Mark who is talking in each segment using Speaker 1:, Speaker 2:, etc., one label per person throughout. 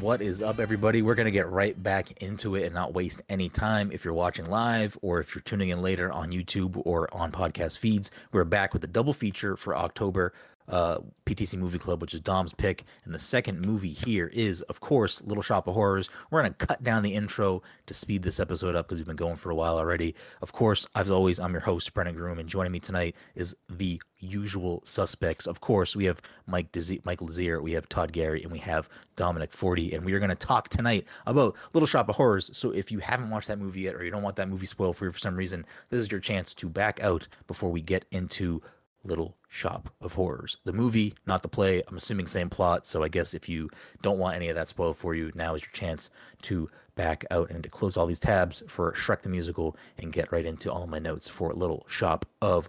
Speaker 1: What is up, everybody? We're going to get right back into it and not waste any time. If you're watching live or if you're tuning in later on YouTube or on podcast feeds, we're back with the double feature for October uh, PTC Movie Club, which is Dom's pick. And the second movie here is, of course, Little Shop of Horrors. We're going to cut down the intro to speed this episode up because we've been going for a while already. Of course, as always, I'm your host, Brennan Groom, and joining me tonight is the usual suspects. Of course, we have Mike Dizzy, Mike Lazier, we have Todd Gary, and we have Dominic Forty, and we are going to talk tonight about Little Shop of Horrors. So if you haven't watched that movie yet, or you don't want that movie spoiled for you for some reason, this is your chance to back out before we get into Little Shop of Horrors, the movie, not the play. I'm assuming same plot. So I guess if you don't want any of that spoiled for you, now is your chance to back out and to close all these tabs for Shrek the Musical and get right into all my notes for Little Shop of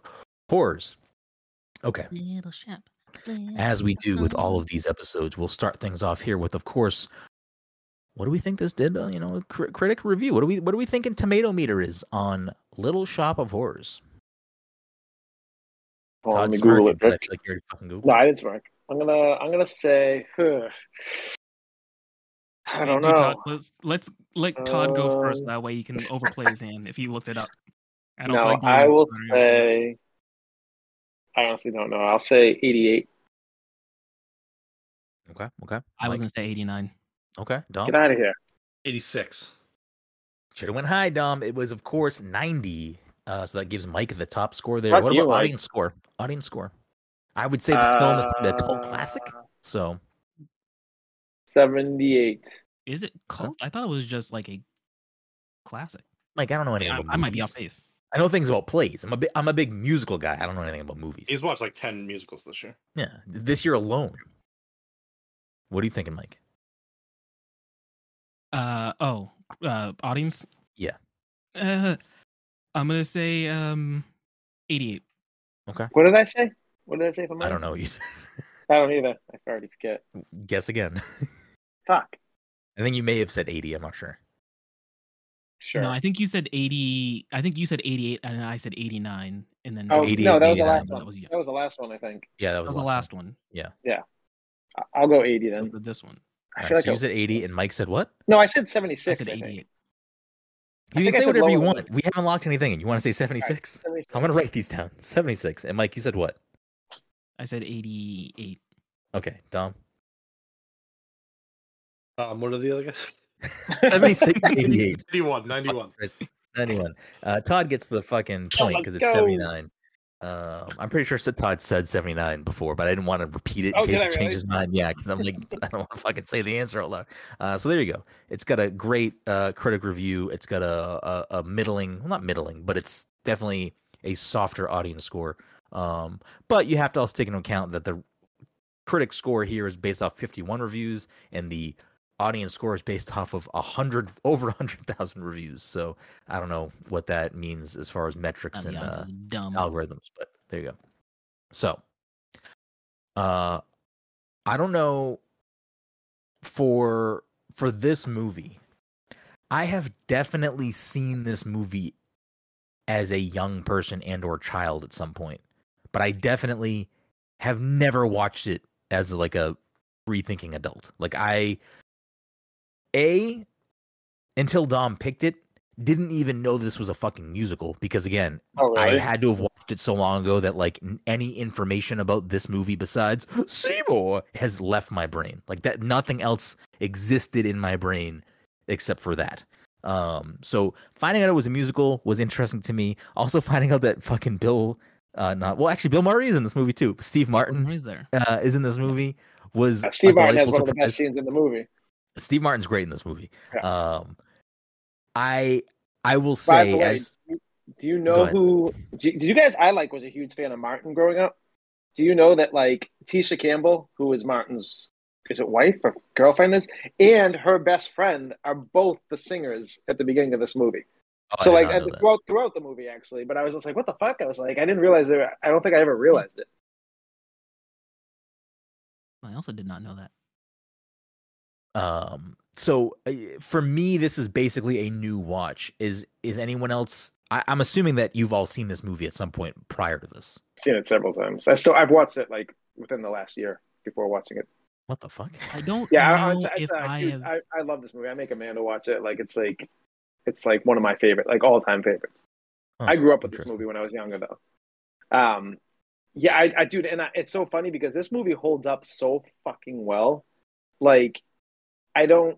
Speaker 1: Horrors. Okay.
Speaker 2: Little shop.
Speaker 1: As we do with all of these episodes, we'll start things off here with, of course, what do we think this did? Uh, you know, a cri- critic review. What do we what do we thinking tomato meter is on Little Shop of Horrors?
Speaker 3: Well, let
Speaker 1: Todd's
Speaker 3: me Google
Speaker 1: smirking
Speaker 3: it.
Speaker 1: 'cause I
Speaker 3: Quick.
Speaker 1: feel like you already fucking Googled
Speaker 3: No, I didn't smirk. I'm gonna I'm gonna say. huh, I don't
Speaker 2: Do
Speaker 3: know.
Speaker 2: Todd- let's, let's let Todd go first.
Speaker 3: Um,
Speaker 2: That way he can overplay his hand if he looked it up. I don't
Speaker 3: no,
Speaker 2: feel like doing
Speaker 3: I
Speaker 2: this
Speaker 3: will
Speaker 2: on our own.
Speaker 3: say. I honestly don't know. I'll say 88.
Speaker 1: it. Okay, okay.
Speaker 2: I
Speaker 1: Mike?
Speaker 2: was gonna say 89.
Speaker 1: okay. Dom
Speaker 3: Get out of here.
Speaker 4: 86.
Speaker 1: should have went high. Dom. It was of course ninety. Uh, so that gives Mike the top score there.
Speaker 3: Fuck
Speaker 1: what
Speaker 3: you,
Speaker 1: about
Speaker 3: Mike.
Speaker 1: audience score? Audience score. I would say this film is probably a cult
Speaker 3: Uh,
Speaker 1: classic. So
Speaker 3: 78.
Speaker 2: Is it cult? I thought it was just like a classic.
Speaker 1: Mike, I don't know anything
Speaker 2: I,
Speaker 1: about
Speaker 2: I might be
Speaker 1: movies.
Speaker 2: off base.
Speaker 1: I know things about plays. I'm a big, I'm a big musical guy. I don't know anything about movies.
Speaker 4: He's watched like 10 musicals this year.
Speaker 1: Yeah, this year alone. What are you thinking, Mike?
Speaker 2: Uh oh, uh, audience.
Speaker 1: Yeah.
Speaker 2: Uh, I'm gonna say um, 88.
Speaker 3: What did I say? What did I say for mine?
Speaker 1: I don't know. You said-
Speaker 3: I don't either. I already forget.
Speaker 1: guess again.
Speaker 3: Fuck.
Speaker 1: I think you may have said 80. I'm not sure.
Speaker 3: Sure.
Speaker 2: No, I think you said 80. I think you said 88, and I said 89, and then
Speaker 3: oh,
Speaker 1: 88,
Speaker 3: no, that was the
Speaker 1: 89,
Speaker 3: last
Speaker 2: that
Speaker 3: one.
Speaker 2: was- yeah.
Speaker 3: That was the last one. I think.
Speaker 1: Yeah, that was,
Speaker 2: that was the last one.
Speaker 3: I- I'll go 80
Speaker 2: That
Speaker 3: then.
Speaker 2: was this one.
Speaker 3: I
Speaker 1: All
Speaker 3: feel
Speaker 1: right,
Speaker 3: like
Speaker 1: so you
Speaker 3: I-
Speaker 1: said 80, and Mike said what?
Speaker 3: No, I said
Speaker 2: I
Speaker 3: 76.
Speaker 2: said
Speaker 3: I think.
Speaker 2: 88.
Speaker 1: You
Speaker 3: think
Speaker 1: can
Speaker 3: I
Speaker 1: say
Speaker 3: said
Speaker 1: whatever you
Speaker 3: lower
Speaker 1: want.
Speaker 3: than-
Speaker 1: We haven't locked anything, and you want to say 76?
Speaker 3: 76.
Speaker 1: I'm gonna write these down. 76. And Mike, you said what?
Speaker 2: I said 88.
Speaker 1: Okay, Dom.
Speaker 4: Um, what are the other guys?
Speaker 1: 76, 88.
Speaker 4: 91. 91.
Speaker 1: Christ. 91. Uh, Todd gets the fucking point
Speaker 3: let's
Speaker 1: because it's
Speaker 3: go.
Speaker 1: 79. Um, I'm pretty sure said Todd said 79 before, but I didn't want to repeat it in
Speaker 3: Oh, did
Speaker 1: case
Speaker 3: I
Speaker 1: it
Speaker 3: really?
Speaker 1: changes mine. Yeah, because I'm like, I don't want to fucking say the answer out loud. Uh, so there you go. It's got a great uh, critic review. It's got a, a, a middling, well, not middling, but it's definitely a softer audience score. Um, but you have to also take into account that the critic score here is based off 51 reviews, and the audience score is based off of 100 over 100,000 reviews. So I don't know what that means as far as metrics
Speaker 2: God,
Speaker 1: and
Speaker 2: the audience
Speaker 1: uh,
Speaker 2: is dumb.
Speaker 1: algorithms, but there you go. So, uh, I don't know for for this movie. I have definitely seen this movie as a young person and or child at some point, but I definitely have never watched it as like a rethinking adult. Like I a until Dom picked it, didn't even know this was a fucking musical because again,
Speaker 3: Oh, really?
Speaker 1: I had to have watched it so long ago that like n- any information about this movie besides Seymour has left my brain. Like that, nothing else existed in my brain except for that. Um, so finding out it was a musical was interesting to me. Also finding out that fucking Bill, uh, not well, actually Bill Murray is in this movie too. Steve Martin
Speaker 2: Who's there?
Speaker 1: uh, is in this movie. Was
Speaker 3: Uh,
Speaker 1: a
Speaker 3: Mm-hmm. Steve Martin has
Speaker 1: delightful
Speaker 3: one of the
Speaker 1: surprise.
Speaker 3: best scenes in the movie.
Speaker 1: Steve Martin's great in this movie.
Speaker 3: Yeah.
Speaker 1: Um, I I will
Speaker 3: By the
Speaker 1: say
Speaker 3: way,
Speaker 1: as
Speaker 3: do you- do you
Speaker 1: Go
Speaker 3: know
Speaker 1: ahead.
Speaker 3: who? do- Did you guys? I like was a huge fan of Martin growing up. Do you know that like Tisha Campbell, who is Martin's, is it wife or girlfriend is, and her best friend are both the singers at the beginning of this movie.
Speaker 1: oh, I
Speaker 3: so
Speaker 1: did
Speaker 3: like
Speaker 1: not
Speaker 3: at
Speaker 1: know
Speaker 3: the,
Speaker 1: that.
Speaker 3: throughout throughout the movie actually, but I was just like, what the fuck? I was like, I didn't realize they were I don't think I ever realized it.
Speaker 2: I also did not know that.
Speaker 1: um so uh, for me this is basically a new watch is is anyone else I, i'm assuming that you've all seen this movie at some point prior to this
Speaker 3: I've seen it several times. I still I've watched it like within the last year before watching it.
Speaker 1: What the fuck?
Speaker 2: I don't
Speaker 3: Yeah, I, I-
Speaker 2: know
Speaker 3: it's, it's
Speaker 2: if
Speaker 3: a
Speaker 2: I
Speaker 3: huge-
Speaker 2: have.
Speaker 3: I, I love this movie. I make Amanda watch it. Like it's like it's like one of my favorite, like all time favorites.
Speaker 1: Huh,
Speaker 3: I grew up with this
Speaker 1: interesting.
Speaker 3: movie when I was younger, though. Um, yeah, I, I dude, and I, it's so funny because this movie holds up so fucking well. Like, I don't.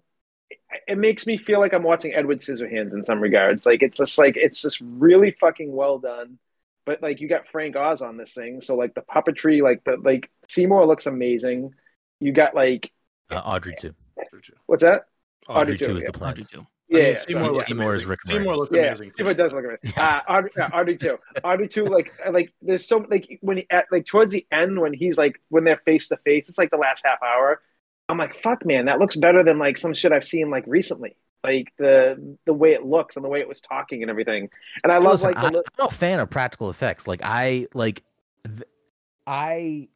Speaker 3: it- It makes me feel like I'm watching Edward Scissorhands in some regards. Like it's just like it's just really fucking well done. But like you got Frank Oz on this thing, so like the puppetry, like the like Seymour looks amazing. You got like
Speaker 1: Uh, Audrey too.
Speaker 4: True, true.
Speaker 3: what's that?
Speaker 1: Audrey,
Speaker 3: Audrey
Speaker 1: too
Speaker 3: too,
Speaker 1: is
Speaker 3: yeah.
Speaker 1: the
Speaker 2: Audrey
Speaker 1: plant.
Speaker 2: too.
Speaker 4: I mean,
Speaker 3: Yeah,
Speaker 1: Seymour-
Speaker 3: so-
Speaker 4: looked
Speaker 1: Seymour is
Speaker 4: amazing.
Speaker 1: Rick
Speaker 4: Seymour
Speaker 1: Moranis.
Speaker 4: looked
Speaker 3: yeah,
Speaker 4: amazing.
Speaker 3: Seymour does look amazing.
Speaker 1: Yeah.
Speaker 3: Uh, Audrey, yeah, Audrey too. Audrey too. Like, uh, like there's so like when he, at, like towards the end when he's like when they're face to face, it's like the last half hour. I'm like, fuck, man, that looks better than like some shit I've seen like recently. Like the the way it looks and the way it was talking and everything. And I love
Speaker 1: Listen,
Speaker 3: like
Speaker 1: I,
Speaker 3: the li-
Speaker 1: am a fan of practical effects. Like I like, th- I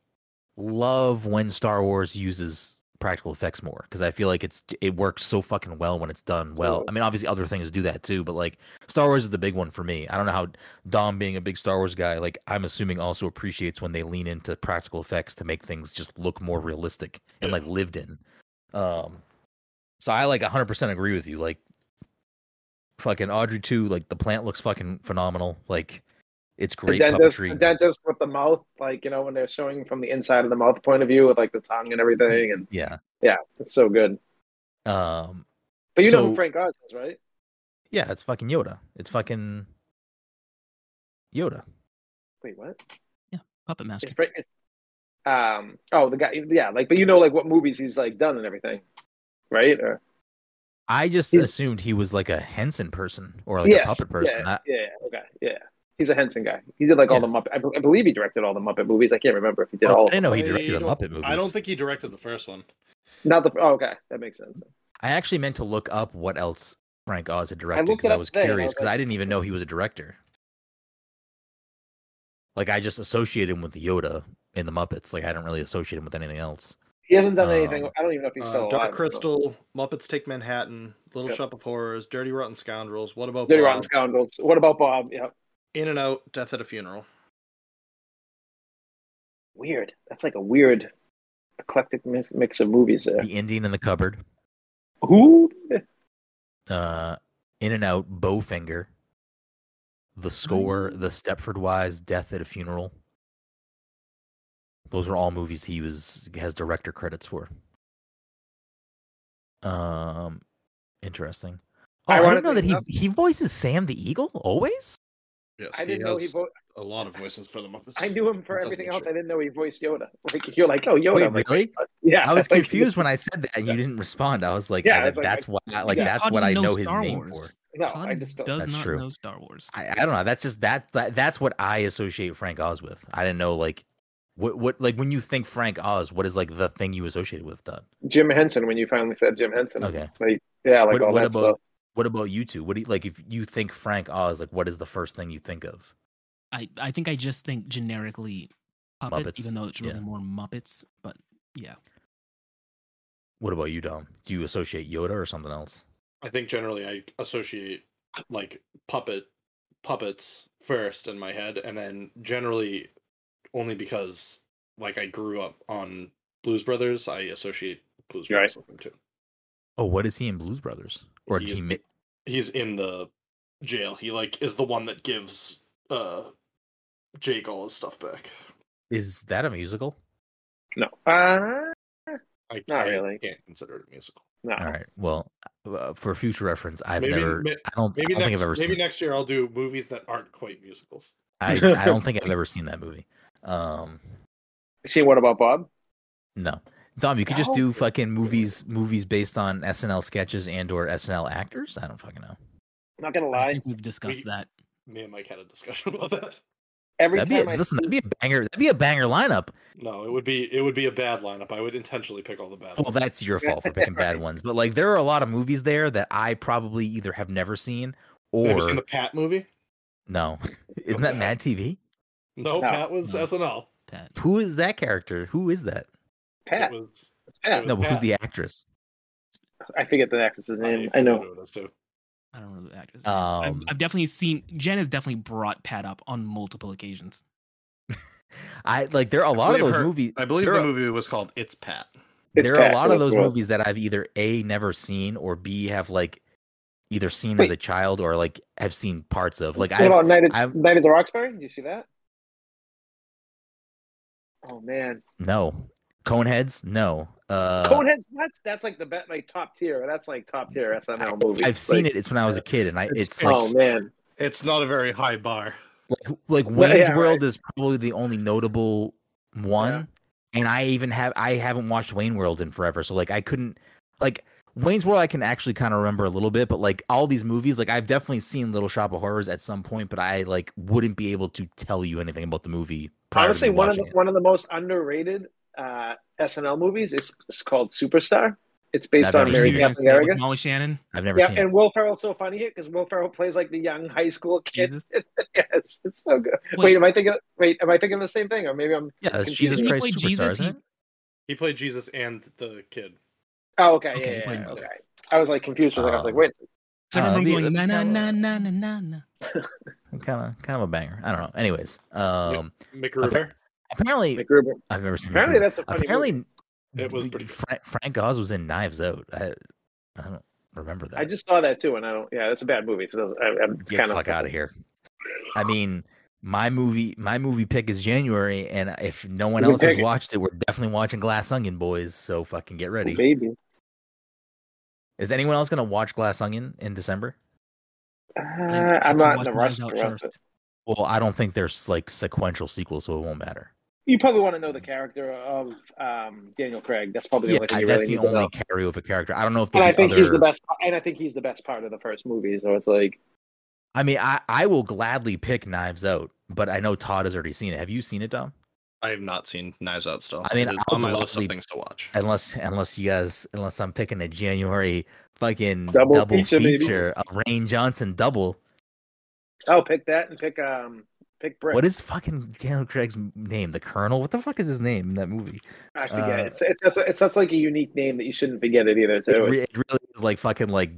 Speaker 1: love when Star Wars uses practical effects more because I feel like it's it works so fucking well when it's done well. I mean, obviously other things do that too, but like Star Wars is the big one for me. I don't know how Dom, being a big Star Wars guy, like I'm assuming also appreciates when they lean into practical effects to make things just look more realistic and
Speaker 4: Yeah.
Speaker 1: like lived in. Um, so I like 100% agree with you. Like fucking Audrey 2, like the plant looks fucking phenomenal. Like it's
Speaker 3: the
Speaker 1: great
Speaker 3: dentist,
Speaker 1: puppetry.
Speaker 3: the dentist with the mouth, like you know when they're showing from the inside of the mouth point of view with like the tongue and everything, and
Speaker 1: yeah.
Speaker 3: yeah, it's so good.
Speaker 1: Um,
Speaker 3: But you know
Speaker 1: So-
Speaker 3: who Frank Oz is, right?
Speaker 1: yeah, it's fucking Yoda. It's fucking Yoda.
Speaker 3: Wait, what?
Speaker 2: Puppet Master.
Speaker 3: It's Frank. It's, um. Oh, the guy. Yeah, like, but you know, like, what movies he's like done and everything, right? Or,
Speaker 1: I just
Speaker 3: He's-
Speaker 1: assumed he was like a Henson person or Oh, like
Speaker 3: Yes,
Speaker 1: a puppet person.
Speaker 3: Yeah,
Speaker 1: I-
Speaker 3: yeah. Okay. Yeah. He's a Henson guy. He did like all
Speaker 1: Yeah.
Speaker 3: the Muppet. I, be- I believe he directed all the Muppet movies. I can't remember if he did
Speaker 1: Well,
Speaker 3: all.
Speaker 1: I didn't know he
Speaker 4: I
Speaker 1: directed the
Speaker 4: don't-
Speaker 1: Muppet movies.
Speaker 4: I don't think he directed the first one.
Speaker 3: Not the. Oh, okay, that makes sense.
Speaker 1: I actually meant to look up what else Frank Oz had directed
Speaker 3: looked
Speaker 1: because
Speaker 3: it
Speaker 1: I,
Speaker 3: up
Speaker 1: was
Speaker 3: today, and I
Speaker 1: curious
Speaker 3: was
Speaker 1: because
Speaker 3: like-
Speaker 1: I didn't even know he was a director. Like I just associated him with Yoda in the Muppets. Like I didn't really associate him with anything else.
Speaker 3: He hasn't done
Speaker 1: Um,
Speaker 3: anything. I don't even know if he's
Speaker 4: Uh,
Speaker 3: still
Speaker 4: Dark
Speaker 3: alive.
Speaker 4: Crystal, Muppets Take Manhattan, Little
Speaker 3: Yep.
Speaker 4: Shop of Horrors, Dirty Rotten Scoundrels, What About
Speaker 3: Dirty
Speaker 4: Bob,
Speaker 3: Rotten Scoundrels. What about Bob? Yeah.
Speaker 4: In and Out, Death at a Funeral.
Speaker 3: Weird. That's like a weird eclectic mix, mix of movies there.
Speaker 1: The Indian in the cupboard,
Speaker 3: Who?
Speaker 1: uh, In and Out, Bowfinger, The Score,
Speaker 3: Mm-hmm.
Speaker 1: The Stepford Wise, Death at a Funeral. Those are all movies he was has director credits for. Um, interesting. Oh, I don't know
Speaker 3: Ironically
Speaker 1: that he
Speaker 3: enough-
Speaker 1: he voices Sam the Eagle always.
Speaker 4: Yes,
Speaker 3: I didn't know he. Vo-
Speaker 4: a lot of voices for the Muppets.
Speaker 3: I knew him for
Speaker 4: That's
Speaker 3: everything
Speaker 4: not
Speaker 3: else.
Speaker 4: true.
Speaker 3: I didn't know he voiced Yoda. Like you're like, oh Yoda.
Speaker 1: Wait,
Speaker 3: I'm like,
Speaker 1: really?
Speaker 3: Yeah,
Speaker 1: I was
Speaker 3: like-
Speaker 1: confused when I said that and you didn't respond. I was like,
Speaker 3: Yeah,
Speaker 1: I-
Speaker 3: it's like-
Speaker 1: that's why, I- like
Speaker 3: Yeah.
Speaker 1: that's
Speaker 2: Todd
Speaker 1: what
Speaker 2: doesn't
Speaker 1: I
Speaker 2: know
Speaker 1: know his
Speaker 2: Star
Speaker 1: name
Speaker 2: Wars.
Speaker 1: for.
Speaker 3: No,
Speaker 2: Todd
Speaker 3: I just don't.
Speaker 2: does
Speaker 1: That's
Speaker 2: not
Speaker 1: true.
Speaker 2: know Star Wars.
Speaker 1: I, I don't know. That's just that, that that's what I associate Frank Oz with. I didn't know like what what like when you think Frank Oz, what is like the thing you associate with Todd?
Speaker 3: Jim Henson. When you finally said Jim Henson,
Speaker 1: Okay.
Speaker 3: like yeah, like
Speaker 1: what
Speaker 3: all
Speaker 1: what
Speaker 3: that
Speaker 1: about
Speaker 3: stuff.
Speaker 1: what about you two? What do you like if you think Frank Oz, like what is the first thing you think of?
Speaker 2: I, I think I just think generically puppet,
Speaker 1: Muppets,
Speaker 2: even though it's really
Speaker 1: yeah.
Speaker 2: more Muppets. But yeah,
Speaker 1: What about you, Dom? Do you associate Yoda or something else?
Speaker 4: I think generally I associate like puppet puppets first in my head, and then generally only because like I grew up on Blues Brothers, I associate Blues
Speaker 3: You're right.
Speaker 4: Brothers with him too.
Speaker 1: Oh, what is he in Blues Brothers? Or did
Speaker 4: He is
Speaker 1: he
Speaker 4: the-
Speaker 1: mi-
Speaker 4: He's in the jail. He like is the one that gives uh Jake all his stuff back.
Speaker 1: is that a musical?
Speaker 3: No, uh,
Speaker 4: I,
Speaker 3: Not
Speaker 4: I
Speaker 3: really.
Speaker 4: can't consider it a musical.
Speaker 3: no.
Speaker 1: All right. Well, uh, for future reference, I've
Speaker 4: Maybe-
Speaker 1: never.
Speaker 4: may-
Speaker 1: I don't.
Speaker 4: Maybe
Speaker 1: I don't think
Speaker 4: next
Speaker 1: I've ever
Speaker 4: maybe
Speaker 1: seen.
Speaker 4: next year I'll do movies that aren't quite musicals.
Speaker 1: I, I don't think I've ever seen that movie. Um,
Speaker 3: See what about Bob?
Speaker 1: no, Dom, you could just do
Speaker 3: No?
Speaker 1: fucking movies, movies based on SNL sketches and or SNL actors. I don't fucking know.
Speaker 3: Not gonna
Speaker 2: I
Speaker 3: lie.
Speaker 2: think we've discussed
Speaker 4: We-
Speaker 2: that.
Speaker 4: Me and Mike had a discussion about that.
Speaker 3: Every
Speaker 1: That'd be a,
Speaker 3: time I
Speaker 1: listen. That'd be a banger. That'd be a banger lineup.
Speaker 4: No, it would be it would be a bad lineup. I would intentionally pick all the bad.
Speaker 1: Well,
Speaker 4: ones.
Speaker 1: Oh, that's your fault for picking bad ones. But like, there are a lot of movies there that I probably either have never seen
Speaker 4: Have
Speaker 1: or
Speaker 4: you seen the Pat movie?
Speaker 1: no. Isn't that Mad TV?
Speaker 4: No,
Speaker 3: No.
Speaker 4: Pat was
Speaker 1: No.
Speaker 4: SNL.
Speaker 2: Pat.
Speaker 1: Who is that character? Who is that?
Speaker 3: Pat,
Speaker 4: It was,
Speaker 3: it's Pat.
Speaker 4: it
Speaker 1: No, but who's
Speaker 4: Pat.
Speaker 1: the actress?
Speaker 3: I forget the actress's name. I,
Speaker 4: forget
Speaker 3: know.
Speaker 4: who it was, too.
Speaker 2: I don't know the actors. I've,
Speaker 1: Um,
Speaker 2: I've definitely seen Jen has definitely brought Pat up on multiple occasions.
Speaker 1: I like. There are a lot of
Speaker 4: believe
Speaker 1: those
Speaker 4: her-
Speaker 1: movies.
Speaker 4: I believe
Speaker 1: there
Speaker 4: the
Speaker 1: are-
Speaker 4: movie was called It's Pat.
Speaker 3: It's
Speaker 1: there are a
Speaker 3: Cat
Speaker 1: lot of
Speaker 3: Williams'
Speaker 1: those
Speaker 3: world.
Speaker 1: movies that I've either A never seen or B have like either seen as
Speaker 3: Wait.
Speaker 1: a child or like have seen parts of. Like
Speaker 3: what
Speaker 1: I
Speaker 3: about Night at,
Speaker 1: I've-
Speaker 3: Night at the Roxbury? Do you see that? Oh man,
Speaker 1: no. Coneheads? No. Uh
Speaker 3: Coneheads. What? That's like the bet, like top tier. That's like top tier SNL movie.
Speaker 1: I've seen it. It's when I was a kid and I
Speaker 4: It's-
Speaker 1: it's,
Speaker 4: it's-
Speaker 1: like
Speaker 3: oh man,
Speaker 4: It's not a very high bar.
Speaker 1: like like
Speaker 3: Well,
Speaker 1: Wayne's
Speaker 3: yeah,
Speaker 1: World is probably the only notable one, and I even have I haven't watched Wayne World in forever, so like I couldn't like Wayne's World I can actually kind of remember a little bit, but like all these movies, like I've definitely seen Little Shop of Horrors at some point, but I like wouldn't be able to tell you anything about the movie. prior to
Speaker 3: honestly,
Speaker 1: me
Speaker 3: one of the,
Speaker 1: watching it.
Speaker 3: one of the most underrated uh, SNL movies is it's called Superstar. It's based
Speaker 1: I've
Speaker 3: on
Speaker 1: never
Speaker 3: Mary
Speaker 1: seen it.
Speaker 2: Serious,
Speaker 3: Catherine
Speaker 2: like, with
Speaker 3: Garrigan.
Speaker 2: Molly Shannon.
Speaker 1: I've never
Speaker 3: Yeah,
Speaker 1: seen.
Speaker 3: and Will Ferrell's so funny here because Will Ferrell plays like the young high school kid.
Speaker 2: Jesus.
Speaker 3: yes, it's so good. Wait,
Speaker 2: Wait.
Speaker 3: am I thinking? Wait, am I thinking the same thing, or maybe I'm?
Speaker 1: it. Yeah, it's
Speaker 3: Didn't
Speaker 1: Jesus
Speaker 2: he
Speaker 1: Christ
Speaker 2: play
Speaker 1: Superstar,
Speaker 2: Jesus?
Speaker 1: isn't
Speaker 2: He-
Speaker 1: it?
Speaker 4: He played Jesus and the kid.
Speaker 3: Oh, okay,
Speaker 2: Okay,
Speaker 3: yeah,
Speaker 2: wait,
Speaker 3: yeah, yeah,
Speaker 2: okay.
Speaker 3: okay. I was like confused. for a second. I was like,
Speaker 1: Um,
Speaker 3: wait,
Speaker 2: I remember
Speaker 1: Uh,
Speaker 2: going
Speaker 1: the-
Speaker 2: na na na na na na na.
Speaker 1: Kind of, kind of a banger. I don't know. Anyways, um,
Speaker 4: McGruber.
Speaker 1: apparently,
Speaker 3: McGruber.
Speaker 1: I've never seen. Vancouver.
Speaker 3: Apparently, that's a funny
Speaker 1: apparently
Speaker 4: It was
Speaker 1: the-
Speaker 4: pretty good.
Speaker 1: Fra- Frank Oz was in Knives Out. I, I don't remember that.
Speaker 3: I just saw that too, and I don't. Yeah, it's a bad movie. So it doesn't- I, I'm
Speaker 1: get
Speaker 3: kind
Speaker 1: the
Speaker 3: of
Speaker 1: fuck out of here. I mean, my movie, my movie pick is January, and if no one
Speaker 3: You can
Speaker 1: else has
Speaker 3: pick it.
Speaker 1: watched it, we're definitely watching Glass Onion, boys. So fucking get ready.
Speaker 3: baby.
Speaker 1: Is anyone else gonna watch Glass Onion in December?
Speaker 3: Uh,
Speaker 2: I- I
Speaker 3: I'm not in
Speaker 2: watched
Speaker 3: the rush
Speaker 2: Knives
Speaker 3: to
Speaker 2: Out
Speaker 3: the rest.
Speaker 2: first.
Speaker 3: of it.
Speaker 1: Well, I don't think there's like sequential sequels, so it won't matter.
Speaker 3: You probably want to know the character of um, Daniel Craig. That's probably the
Speaker 1: Yeah,
Speaker 3: only thing
Speaker 1: I-
Speaker 3: you
Speaker 1: that's
Speaker 3: really
Speaker 1: the
Speaker 3: need to
Speaker 1: only
Speaker 3: know.
Speaker 1: carryover character. I don't know if
Speaker 3: And
Speaker 1: there'll
Speaker 3: I
Speaker 1: be
Speaker 3: think
Speaker 1: other.
Speaker 3: he's the best. And I think he's the best part of the first movie. So it's like,
Speaker 1: I mean, I I will gladly pick Knives Out, but I know Todd has already seen it. Have you seen it, Tom?
Speaker 4: I have not seen Knives Out still.
Speaker 1: I mean,
Speaker 4: It is
Speaker 1: I'll
Speaker 4: on my list of
Speaker 1: gladly-
Speaker 4: things to watch.
Speaker 1: unless unless you guys unless I'm picking a January fucking double,
Speaker 3: Double
Speaker 1: feature,
Speaker 3: feature, baby.
Speaker 1: of Rain Johnson double.
Speaker 3: I'll oh, pick that and pick um pick Brick.
Speaker 1: What is fucking Daniel Craig's m- name? The Colonel? What the fuck is his name in that movie?
Speaker 3: I forget.
Speaker 1: uh,
Speaker 3: it's, it's, it's, it's such like a unique name that you shouldn't forget it either.
Speaker 1: It,
Speaker 3: Too.
Speaker 1: re- it really is like fucking like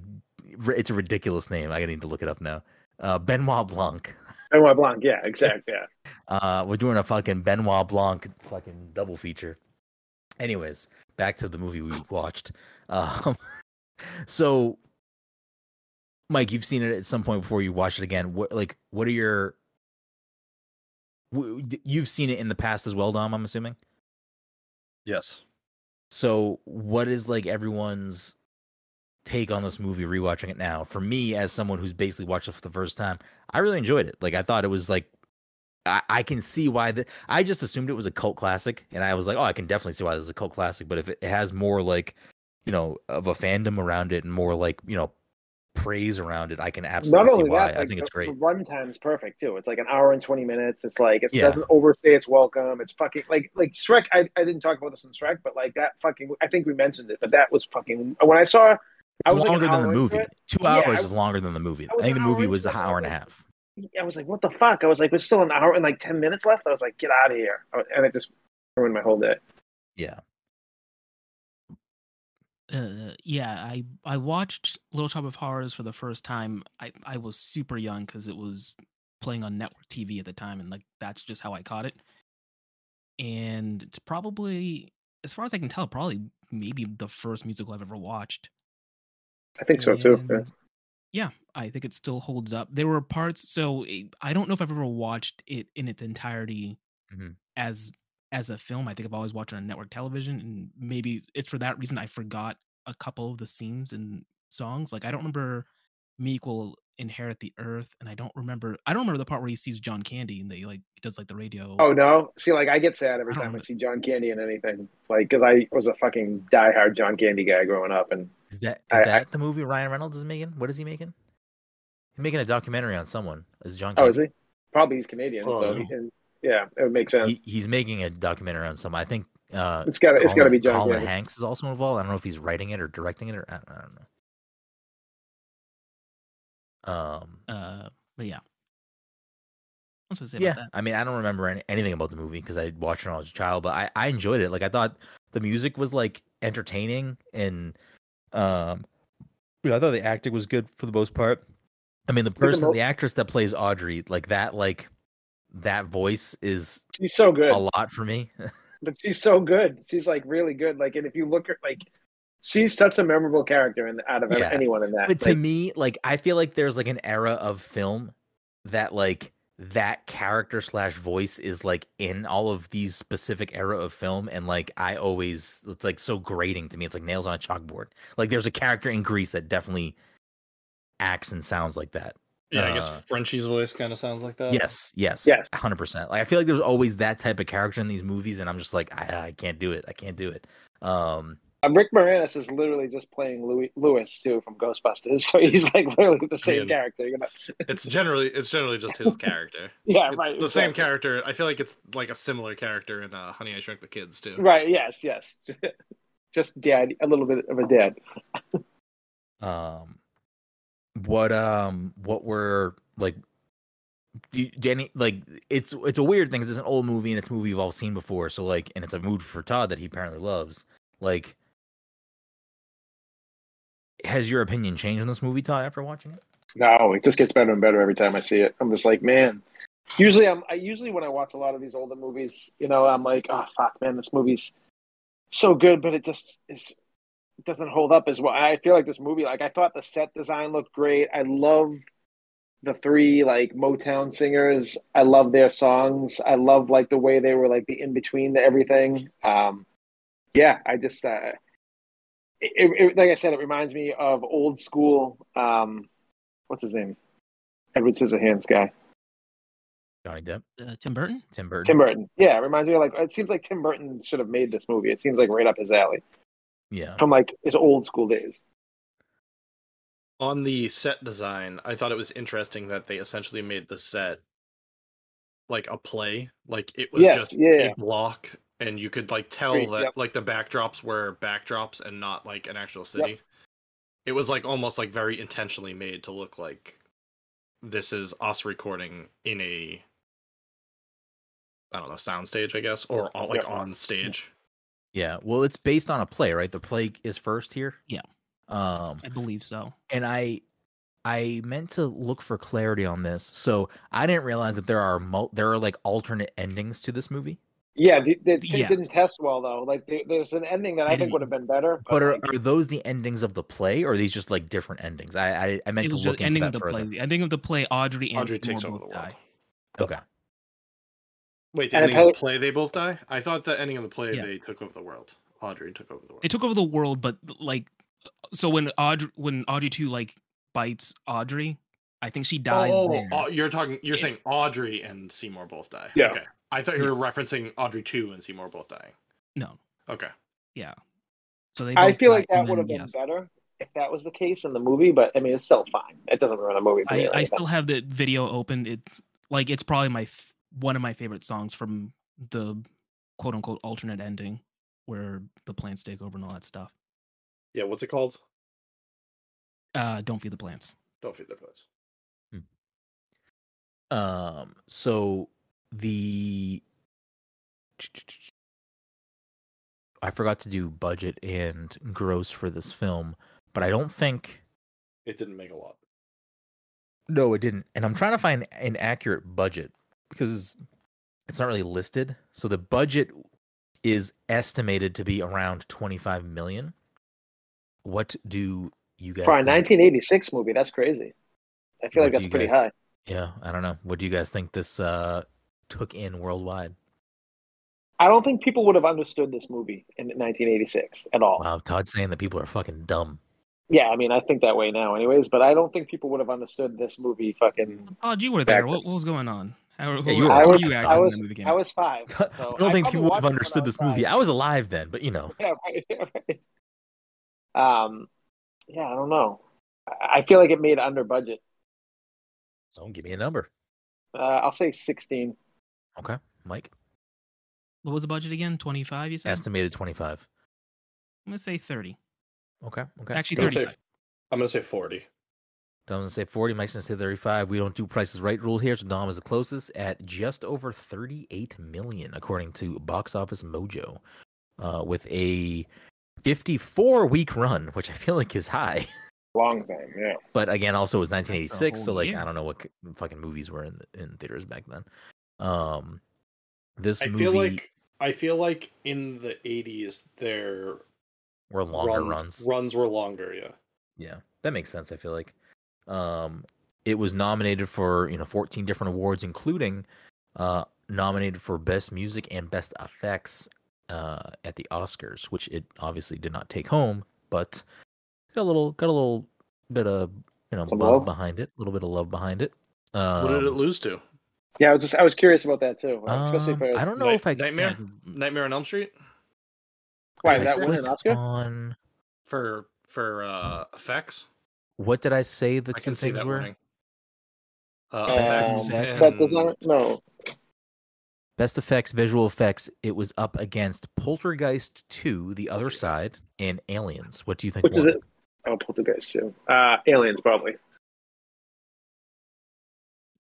Speaker 1: ri- it's a ridiculous name. I need to look it up now. Uh, Benoit Blanc.
Speaker 3: Benoit Blanc. Yeah, exactly. Yeah.
Speaker 1: Uh, we're doing a fucking Benoit Blanc fucking double feature. Anyways, back to the movie we watched. Um, so, Mike, you've seen it at some point before. You watched it again. What like what are your w- d- You've seen it in the past as well, Dom. I'm assuming.
Speaker 4: Yes.
Speaker 1: So, what is like everyone's take on this movie rewatching it now? For me, as someone who's basically watched it for the first time, I really enjoyed it. Like, I thought it was like, I, I can see why the I just assumed it was a cult classic, and I was like, oh, I can definitely see why this is a cult classic. But if it has more like, you know, of a fandom around it and more like, you know, praise around it, I can absolutely see why. I
Speaker 3: like,
Speaker 1: think it's
Speaker 3: the- The
Speaker 1: great.
Speaker 3: runtime's perfect too. It's like an hour and twenty minutes. It's like it
Speaker 1: Yeah.
Speaker 3: doesn't overstay its welcome. It's fucking like like Shrek. I, I didn't talk about this in Shrek, but like that fucking. I think we mentioned it, but that was fucking. When I saw, I
Speaker 1: It's
Speaker 3: was like, an
Speaker 1: longer than the
Speaker 3: hour into
Speaker 1: movie.
Speaker 3: it.
Speaker 1: Two
Speaker 3: Yeah,
Speaker 1: hours
Speaker 3: I
Speaker 1: is longer than the movie.
Speaker 3: I
Speaker 1: I
Speaker 3: was
Speaker 1: think the
Speaker 3: an hour
Speaker 1: movie
Speaker 3: into
Speaker 1: was
Speaker 3: it,
Speaker 1: an
Speaker 3: and I
Speaker 1: hour
Speaker 3: was
Speaker 1: and a
Speaker 3: like,
Speaker 1: half.
Speaker 3: I was like, what the fuck? I was like, there's still an hour and like ten minutes left. I was like, get out of here, I- and it just ruined my whole day.
Speaker 1: Yeah.
Speaker 2: uh, yeah, I I watched Little Shop of Horrors for the first time. I I was super young because it was playing on network TV at the time, and like that's just how I caught it. And it's probably, as far as I can tell, probably maybe the first musical I've ever watched.
Speaker 3: I think so too. Yeah.
Speaker 2: And, Yeah, I think it still holds up. There were parts, so it- I don't know if I've ever watched it in its entirety
Speaker 1: Mhm.
Speaker 2: as as a film. I think I've always watched it on network television, and maybe it's for that reason I forgot a couple of the scenes and songs. Like I don't remember Meek will inherit the earth, and I don't remember I don't remember the part where he sees John Candy and they like he does like the radio.
Speaker 3: Oh no! See, like I get sad every
Speaker 2: I don't
Speaker 3: time I
Speaker 2: know.
Speaker 3: see John Candy in anything, like because I was a fucking diehard John Candy guy growing up, and
Speaker 1: Is that is
Speaker 3: I- I-
Speaker 1: that the movie Ryan Reynolds is making? What is he making? He's making a documentary on someone. Is John?
Speaker 3: Oh, is
Speaker 1: Candy.
Speaker 3: he? Probably he's Canadian,
Speaker 4: Oh,
Speaker 3: so
Speaker 4: no.
Speaker 3: he can, yeah, it would make sense.
Speaker 1: He- he's making a documentary on someone. I think. Uh,
Speaker 3: it's got to it's got to
Speaker 1: Colin-
Speaker 3: be John
Speaker 1: Colin
Speaker 3: Candy.
Speaker 1: Hanks is also involved. I don't know if he's writing it or directing it or I don't, I don't know. Um.
Speaker 2: Uh, but yeah, that's what I say
Speaker 1: yeah,
Speaker 2: about that.
Speaker 1: I mean, I don't remember any, anything about the movie because I watched it when I was a child, but I, I enjoyed it. Like I thought the music was like entertaining and um, you know, I thought the acting was good for the most part. I mean, the
Speaker 3: the
Speaker 1: person,
Speaker 3: mo-
Speaker 1: the actress that plays Audrey, like that, like that voice is
Speaker 3: He's so good.
Speaker 1: a lot for me.
Speaker 3: but she's so good. She's like really good. Like, and if you look at like, she's such a memorable character in out of
Speaker 1: Yeah.
Speaker 3: anyone in that.
Speaker 1: But to
Speaker 3: Like,
Speaker 1: me, like I feel like there's like an era of film that like that character slash voice is like in all of these specific era of film and like I always it's like so grating to me. It's like nails on a chalkboard. Like there's a character in Greece that definitely acts and sounds like that.
Speaker 4: Yeah, I guess
Speaker 1: Uh,
Speaker 4: Frenchie's voice kind of sounds like that.
Speaker 1: yes, yes,
Speaker 3: Uh, yes.
Speaker 1: hundred percent. Like I feel like there's always that type of character in these movies, and I'm just like, I, I can't do it. I can't do it. Um,
Speaker 3: um, Rick Moranis is literally just playing Louis, Lewis too from Ghostbusters, so he's like literally the same
Speaker 4: mean,
Speaker 3: character. You know?
Speaker 4: It's generally it's generally just his character.
Speaker 3: Yeah,
Speaker 4: It's
Speaker 3: right.
Speaker 4: the same
Speaker 3: exactly.
Speaker 4: character. I feel like it's like a similar character in uh, Honey I Shrunk the Kids too.
Speaker 3: Right. Yes. Yes. just dad, a little bit of a dad.
Speaker 1: um what um what were like do you- Danny like it's it's a weird thing 'cause it's an old movie and it's a movie we've all seen before so like and it's a mood for Todd that he apparently loves like has your opinion changed on this movie Todd after watching it
Speaker 3: No, it just gets better and better every time I see it. I'm just like, man. Usually, I'm. I usually when I watch a lot of these older movies, you know, I'm like, oh fuck, man, this movie's so good, but it just is it doesn't hold up as well. I feel like this movie, like I thought the set design looked great. I love the three like Motown singers. I love their songs. I love like the way they were like the in between to everything. Um, yeah, I just uh, it, it, it- like I said, it reminds me of old school. Um, what's his name? Edward Scissorhands guy.
Speaker 1: Johnny Depp
Speaker 2: Uh, Tim Burton.
Speaker 1: Tim Burton
Speaker 3: Tim Burton. Yeah, it reminds me of like it seems like Tim Burton should have made this movie. It seems like right up his alley
Speaker 1: yeah
Speaker 3: from like his old school days.
Speaker 4: On the set design, I thought it was interesting that they essentially made the set like a play. Like it was
Speaker 3: Yes,
Speaker 4: just
Speaker 3: yeah.
Speaker 4: a block and you could like tell
Speaker 3: Great,
Speaker 4: that
Speaker 3: yep.
Speaker 4: like the backdrops were backdrops and not like an actual city. It was like almost like very intentionally made to look like this is us recording in a I don't know, soundstage, I guess, or on, like
Speaker 3: Yep.
Speaker 4: on stage.
Speaker 1: yeah well it's based on a play right the play is first here
Speaker 2: Yeah.
Speaker 1: um
Speaker 2: I believe so.
Speaker 1: and I I meant to look for clarity on this. So I didn't realize that there are mul- there are like alternate endings to this movie.
Speaker 3: Yeah, the, the, it
Speaker 2: Yes.
Speaker 3: didn't test well though. Like there, there's an ending that I think
Speaker 2: Maybe.
Speaker 3: would have been better.
Speaker 1: But are,
Speaker 3: like,
Speaker 1: are those the endings of the play, or are these just like different endings? I I, I meant
Speaker 2: It
Speaker 1: to
Speaker 2: was the
Speaker 1: look into
Speaker 2: ending of
Speaker 1: that
Speaker 2: the
Speaker 1: further.
Speaker 2: play. The ending of the play. Audrey and
Speaker 4: Audrey takes
Speaker 2: Seymour
Speaker 4: over the
Speaker 2: both
Speaker 4: world.
Speaker 2: die.
Speaker 1: Okay,
Speaker 4: Wait, the
Speaker 3: And
Speaker 4: ending of the
Speaker 3: apparently-
Speaker 4: play they both die? I thought the ending of the play
Speaker 2: Yeah.
Speaker 4: they took over the world. Audrey took over the world.
Speaker 2: They took over the world, but like, so when Audrey when Audrey two like bites Audrey, I think she dies.
Speaker 4: Oh,
Speaker 2: there.
Speaker 4: Au- you're talking. You're
Speaker 2: Yeah.
Speaker 4: saying Audrey and Seymour both die.
Speaker 3: Yeah.
Speaker 4: Okay. I thought you were referencing Audrey two and Seymour both dying.
Speaker 2: No,
Speaker 4: Okay.
Speaker 2: so they.
Speaker 3: I
Speaker 2: both
Speaker 3: feel
Speaker 2: die,
Speaker 3: like that
Speaker 2: and
Speaker 3: would
Speaker 2: then,
Speaker 3: have been
Speaker 2: yes.
Speaker 3: better if that was the case in the movie. But I mean, it's still fine. It doesn't ruin the movie. for me,
Speaker 2: I, I
Speaker 3: like,
Speaker 2: still have the video open. It's like it's probably my f- one of my favorite songs from the quote unquote alternate ending where the plants take over and all that stuff.
Speaker 4: Yeah. What's it called?
Speaker 2: Uh, don't feed the plants.
Speaker 4: Don't feed the pigs.
Speaker 1: Um. So the I forgot to do budget and gross for this film, but I don't think
Speaker 4: It didn't make a lot.
Speaker 1: No, it didn't. And I'm trying to find an accurate budget because it's not really listed. So the budget is estimated to be around 25 million. What do you guys
Speaker 3: for a
Speaker 1: think?
Speaker 3: 1986 movie, that's crazy. I feel
Speaker 1: What
Speaker 3: like
Speaker 1: do
Speaker 3: that's
Speaker 1: you
Speaker 3: pretty
Speaker 1: guys-
Speaker 3: high.
Speaker 1: Yeah, I don't know. What do you guys think this uh took in worldwide?
Speaker 3: I don't think people would have understood this movie in 1986 at all.
Speaker 1: Wow, Todd's saying that people are fucking dumb.
Speaker 3: Yeah, I mean, I think that way now, anyways. But I don't think people would have understood this movie. Fucking,
Speaker 2: Todd, you were there.
Speaker 3: Back-
Speaker 2: What, what was going on? How,
Speaker 1: Yeah,
Speaker 2: who-
Speaker 1: you were
Speaker 2: how
Speaker 1: there.
Speaker 3: I
Speaker 2: were
Speaker 3: was,
Speaker 2: you acting
Speaker 3: I
Speaker 2: when
Speaker 3: was,
Speaker 2: the movie came
Speaker 3: I
Speaker 2: out?
Speaker 3: was five.
Speaker 1: I
Speaker 3: so
Speaker 1: don't think
Speaker 3: probably
Speaker 1: people would
Speaker 3: watched
Speaker 1: have
Speaker 3: it when
Speaker 1: understood this
Speaker 3: was
Speaker 1: movie.
Speaker 3: five.
Speaker 1: I was alive then, but you know.
Speaker 3: Yeah, right, right. Um, yeah, I don't know. I I feel like it made under budget.
Speaker 1: So give me a number,
Speaker 3: Uh, I'll say 16.
Speaker 1: Mike.
Speaker 2: What was the budget again? Twenty five. You said.
Speaker 1: Estimated 25.
Speaker 2: I'm gonna say thirty.
Speaker 1: Okay, okay.
Speaker 2: Actually,
Speaker 4: I'm gonna say,
Speaker 2: thirty.
Speaker 4: I'm gonna say forty.
Speaker 1: Dom's gonna say 40, Mike's gonna say 35. We don't do prices right rule here, so Dom is the closest at just over 38 million, according to Box Office Mojo, uh, with a 54 week run, which I feel like is high.
Speaker 3: Long time, yeah.
Speaker 1: But again, also it was 1986,
Speaker 2: whole
Speaker 1: so like
Speaker 2: year.
Speaker 1: I don't know what c- fucking movies were in in theaters back then. Um, this
Speaker 4: I
Speaker 1: movie,
Speaker 4: feel like I feel like in the '80s their
Speaker 1: Were longer
Speaker 4: runs
Speaker 1: runs.
Speaker 4: runs were longer. Yeah,
Speaker 1: Yeah, that makes sense. I feel like um, it was nominated for you know 14 different awards, including uh, nominated for best music and best effects uh, at the Oscars, which it obviously did not take home, but got a little got a little bit of you know
Speaker 3: Some
Speaker 1: buzz
Speaker 3: love?
Speaker 1: behind it, a little bit of love behind it. Um,
Speaker 4: what did it lose to?
Speaker 3: Yeah, I was just I was curious about that too, especially
Speaker 1: um,
Speaker 3: for
Speaker 1: I don't know
Speaker 4: Night-
Speaker 1: if I
Speaker 4: Nightmare?
Speaker 1: I-
Speaker 4: Nightmare on Elm Street
Speaker 3: why
Speaker 1: I
Speaker 3: that won an
Speaker 1: clicked
Speaker 3: Oscar.
Speaker 1: on
Speaker 4: for for uh effects.
Speaker 1: what did I say the
Speaker 4: I
Speaker 1: two
Speaker 4: can see
Speaker 1: things
Speaker 4: that
Speaker 1: were?
Speaker 4: winning. Uh,
Speaker 3: Best
Speaker 4: effects
Speaker 1: effects.
Speaker 3: Um, But does
Speaker 4: and-
Speaker 3: not no.
Speaker 1: Best effects, visual effects. It was up against Poltergeist 2, The Other Side, and Aliens. What do you think?
Speaker 3: Which is
Speaker 1: won?
Speaker 3: it? Oh, Poltergeist too. Uh, aliens probably.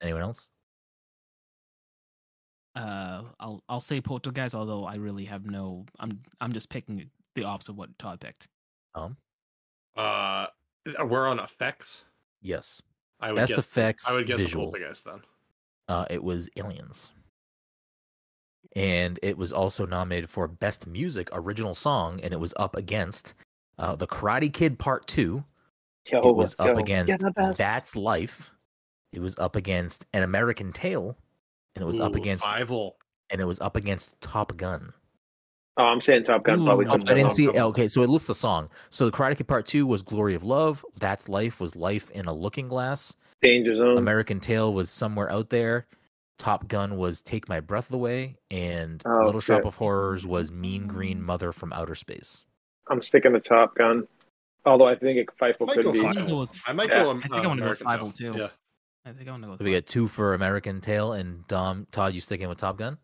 Speaker 1: Anyone else?
Speaker 2: Uh, I'll I'll say Poltergeist, although I really have no. I'm I'm just picking the opposite of what Todd picked.
Speaker 4: Uh, we're on effects.
Speaker 1: Yes.
Speaker 4: I would
Speaker 1: Best
Speaker 4: guess.
Speaker 1: effects,
Speaker 4: I would guess
Speaker 1: visuals.
Speaker 4: Poltergeist then.
Speaker 1: Uh, it was Aliens. And it was also nominated for Best Music Original Song, and it was up against uh, The Karate Kid Part 2.
Speaker 3: Yo,
Speaker 1: it was
Speaker 3: Oh, yo.
Speaker 1: up against
Speaker 3: Yeah, the best.
Speaker 1: That's Life. It was up against An American Tale. And it was up
Speaker 4: Ooh,
Speaker 1: against
Speaker 4: Fivel.
Speaker 1: and it was up against Top Gun.
Speaker 3: Oh, I'm saying Top Gun probably.
Speaker 2: Ooh.
Speaker 1: Oh, I
Speaker 3: comes
Speaker 2: Top
Speaker 1: didn't
Speaker 3: out.
Speaker 1: see. Okay, so it lists the song. So the Karate Kid Part Two was "Glory of Love." That's life was life in a looking glass.
Speaker 3: Danger Zone.
Speaker 1: American Tail was somewhere out there. Top Gun was "Take My Breath Away," and
Speaker 3: Oh,
Speaker 1: Little Shop
Speaker 3: shit.
Speaker 1: of Horrors was "Mean Green Mother from Outer Space."
Speaker 3: I'm sticking to Top Gun. Although I think it, Fifo
Speaker 4: might
Speaker 3: could
Speaker 4: go
Speaker 3: be.
Speaker 2: Fivel. I'm gonna go
Speaker 4: Fivel.
Speaker 2: with-
Speaker 4: I might
Speaker 3: yeah,
Speaker 4: go.
Speaker 2: I think
Speaker 4: uh,
Speaker 2: I wanna go with
Speaker 4: American Tail.
Speaker 2: Fivel, too.
Speaker 4: Yeah.
Speaker 2: I think I want to go. With
Speaker 1: So we got two for American Tail and Dom Todd. You sticking with Top Gun?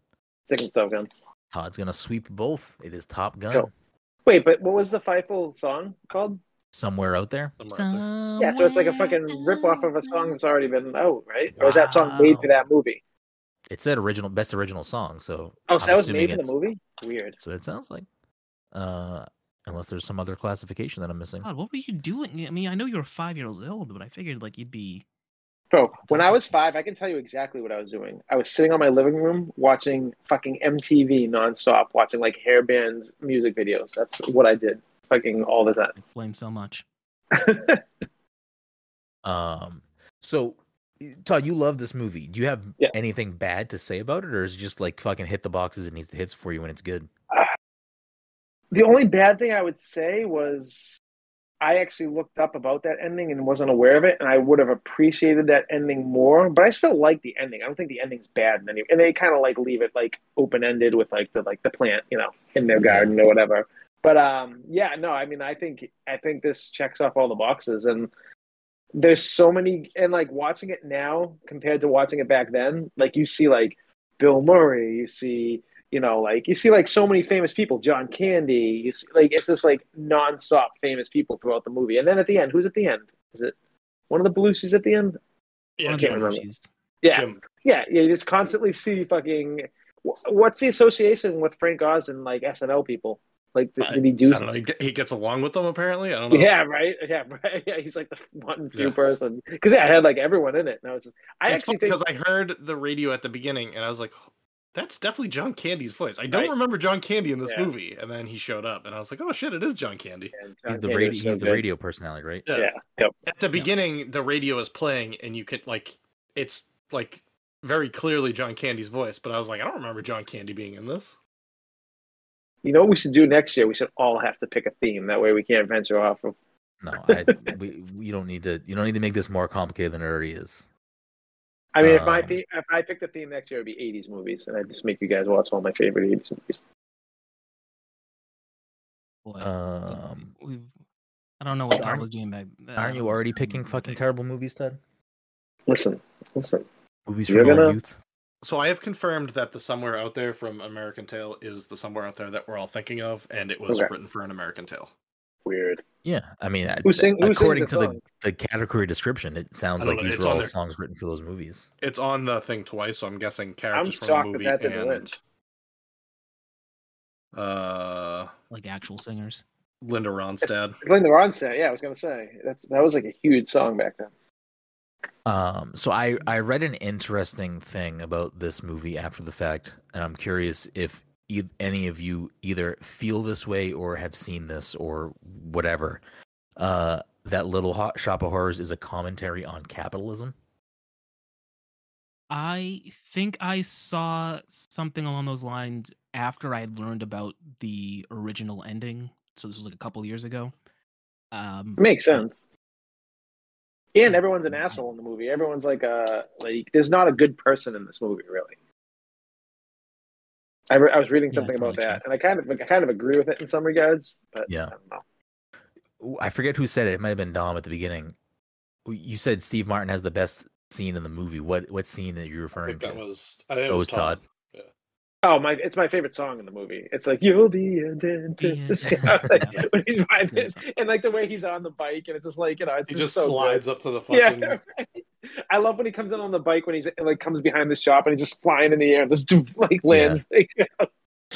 Speaker 3: Sticking to Top Gun.
Speaker 1: Todd's gonna sweep both. It is Top Gun.
Speaker 3: Go. Wait, but what was the Fifo song called?
Speaker 1: Somewhere out there.
Speaker 4: Somewhere out there.
Speaker 3: Yeah, so it's like a fucking rip off of a song that's already been out, right? Or is that song
Speaker 1: Wow.
Speaker 3: made for that movie?
Speaker 1: It said original best original song. So
Speaker 3: Oh, so
Speaker 1: I'm
Speaker 3: that was
Speaker 1: assuming
Speaker 3: made for the
Speaker 1: it's-
Speaker 3: movie? Weird.
Speaker 1: That's what it sounds like. Uh, unless there's some other classification that I'm missing.
Speaker 2: God, what were you doing? I mean, I know you were five years old, but I figured like you'd be.
Speaker 3: Bro, when I was five, I can tell you exactly what I was doing. I was sitting on my living room watching fucking MTV nonstop, watching like hair bands music videos. That's what I did fucking all the time.
Speaker 2: I blame so much.
Speaker 1: Um, so y- Todd, you love this movie. Do you have
Speaker 3: Yeah.
Speaker 1: anything bad to say about it, or is it just like fucking hit the boxes it needs the hits for you when it's good?
Speaker 3: The only bad thing I would say was I actually looked up about that ending and wasn't aware of it, and I would have appreciated that ending more. But I still like the ending. I don't think the ending's bad in any. And they kind of like leave it like open ended with like the like the plant, you know, in their garden or whatever. But um, yeah, no, I mean, I think I think this checks off all the boxes, and there's so many, and like watching it now compared to watching it back then, like you see like Bill Murray, you see you know, like you see like so many famous people, John Candy. You see, like it's just like nonstop famous people throughout the movie, and then at the end, who's at the end? Is it one of the Belushis at the end?
Speaker 4: Yeah,
Speaker 2: One
Speaker 3: can't
Speaker 2: of the
Speaker 4: Jim-
Speaker 3: remember.
Speaker 2: Belushis.
Speaker 3: Yeah,
Speaker 4: Jim.
Speaker 3: yeah, yeah. You just constantly see fucking. wh- What's the association with Frank Oz and like SNL people? Like, did, did he
Speaker 4: I
Speaker 3: do
Speaker 4: don't know.
Speaker 3: something?
Speaker 4: He ge- He gets along with them apparently. I don't know.
Speaker 3: Yeah, right. Yeah, right. Yeah, he's like the one few
Speaker 4: Yeah.
Speaker 3: person because yeah, I had like everyone in it, and I was just, I
Speaker 4: It's
Speaker 3: actually
Speaker 4: funny
Speaker 3: think
Speaker 4: because I heard the radio at the beginning and I was like, that's definitely John Candy's voice. I don't
Speaker 3: Right.
Speaker 4: remember John Candy in this
Speaker 3: Yeah.
Speaker 4: movie. And then he showed up and I was like, oh shit, it is John Candy.
Speaker 3: Uh,
Speaker 1: He's the radio. he's the radio personality, right?
Speaker 3: Yeah. Yep.
Speaker 4: At the beginning, the radio is playing and you could like, it's like very clearly John Candy's voice. But I was like, I don't remember John Candy being in this.
Speaker 3: You know what we should do next year? We should all have to pick a theme. That way, we can't venture off of
Speaker 1: No, I, we, you don't need to. You don't need to make this more complicated than it already is.
Speaker 3: I mean, if my
Speaker 1: Um,
Speaker 3: theme, if I picked a theme next year, it'd be '80s movies, and I'd just make you guys watch all my favorite '80s movies.
Speaker 2: Boy,
Speaker 1: Um,
Speaker 2: we, we've. I don't know what Todd
Speaker 1: aren't-
Speaker 2: was doing back. then.
Speaker 1: aren't you already picking fucking terrible movies, Todd?
Speaker 3: Listen, listen.
Speaker 1: Movies
Speaker 3: You're
Speaker 1: from our
Speaker 3: gonna-
Speaker 1: youth.
Speaker 4: So I have confirmed that the Somewhere Out There from American Tail is the Somewhere Out There that we're all thinking of. And it was
Speaker 3: Okay.
Speaker 4: written for an American Tale.
Speaker 3: Weird.
Speaker 1: Yeah, I mean, I-
Speaker 3: Who sing- who sings
Speaker 1: according
Speaker 3: the
Speaker 1: to the,
Speaker 3: song?
Speaker 1: the category description, it sounds
Speaker 4: I don't
Speaker 1: like
Speaker 4: know,
Speaker 1: these
Speaker 4: it's
Speaker 1: were
Speaker 4: on
Speaker 1: all
Speaker 4: there.
Speaker 1: songs written for those movies.
Speaker 4: It's on the thing twice, so I'm guessing characters from the
Speaker 3: shocked that
Speaker 4: movie
Speaker 3: that didn't win.
Speaker 4: and uh,
Speaker 2: like actual singers?
Speaker 4: Linda Ronstadt.
Speaker 3: Blame the Ronstadt. Yeah, I was gonna say that's that was like a huge song back then.
Speaker 1: Um, so I I read an interesting thing about this movie after the fact, and I'm curious if e- any of you either feel this way or have seen this or whatever, uh, that Little Ho- Shop of Horrors is a commentary on capitalism.
Speaker 2: I think I saw something along those lines after I had learned about the original ending. So this was like a couple years ago. Um,
Speaker 3: Makes sense. And everyone's an asshole in the movie. Everyone's like a like. There's not a good person in this movie, really. I, re- I was reading
Speaker 2: Yeah,
Speaker 3: something about
Speaker 2: probably
Speaker 3: that, and I kind of I kind of agree with it in some regards, but
Speaker 1: Yeah.
Speaker 3: I don't know.
Speaker 1: Ooh, I forget who said it. It might have been Dom at the beginning. You said Steve Martin has the best scene in the movie. What what scene are you
Speaker 4: I
Speaker 1: referring
Speaker 4: think
Speaker 1: to?
Speaker 4: that was I think it
Speaker 1: That
Speaker 4: was,
Speaker 1: was
Speaker 4: Todd.
Speaker 3: Oh my! It's my favorite song in the movie. It's like "You'll be a dentist,"
Speaker 2: Be a
Speaker 3: Like,
Speaker 2: dentist.
Speaker 3: when he's riding
Speaker 2: Good
Speaker 3: it, and like the way he's on the bike, and it's just like you know, it's
Speaker 4: He just
Speaker 3: so good.
Speaker 4: slides up to the fucking
Speaker 3: Yeah, right. I love when he comes in on the bike when he's like comes behind the shop and he's just flying in the air and just like lands.
Speaker 1: Like, the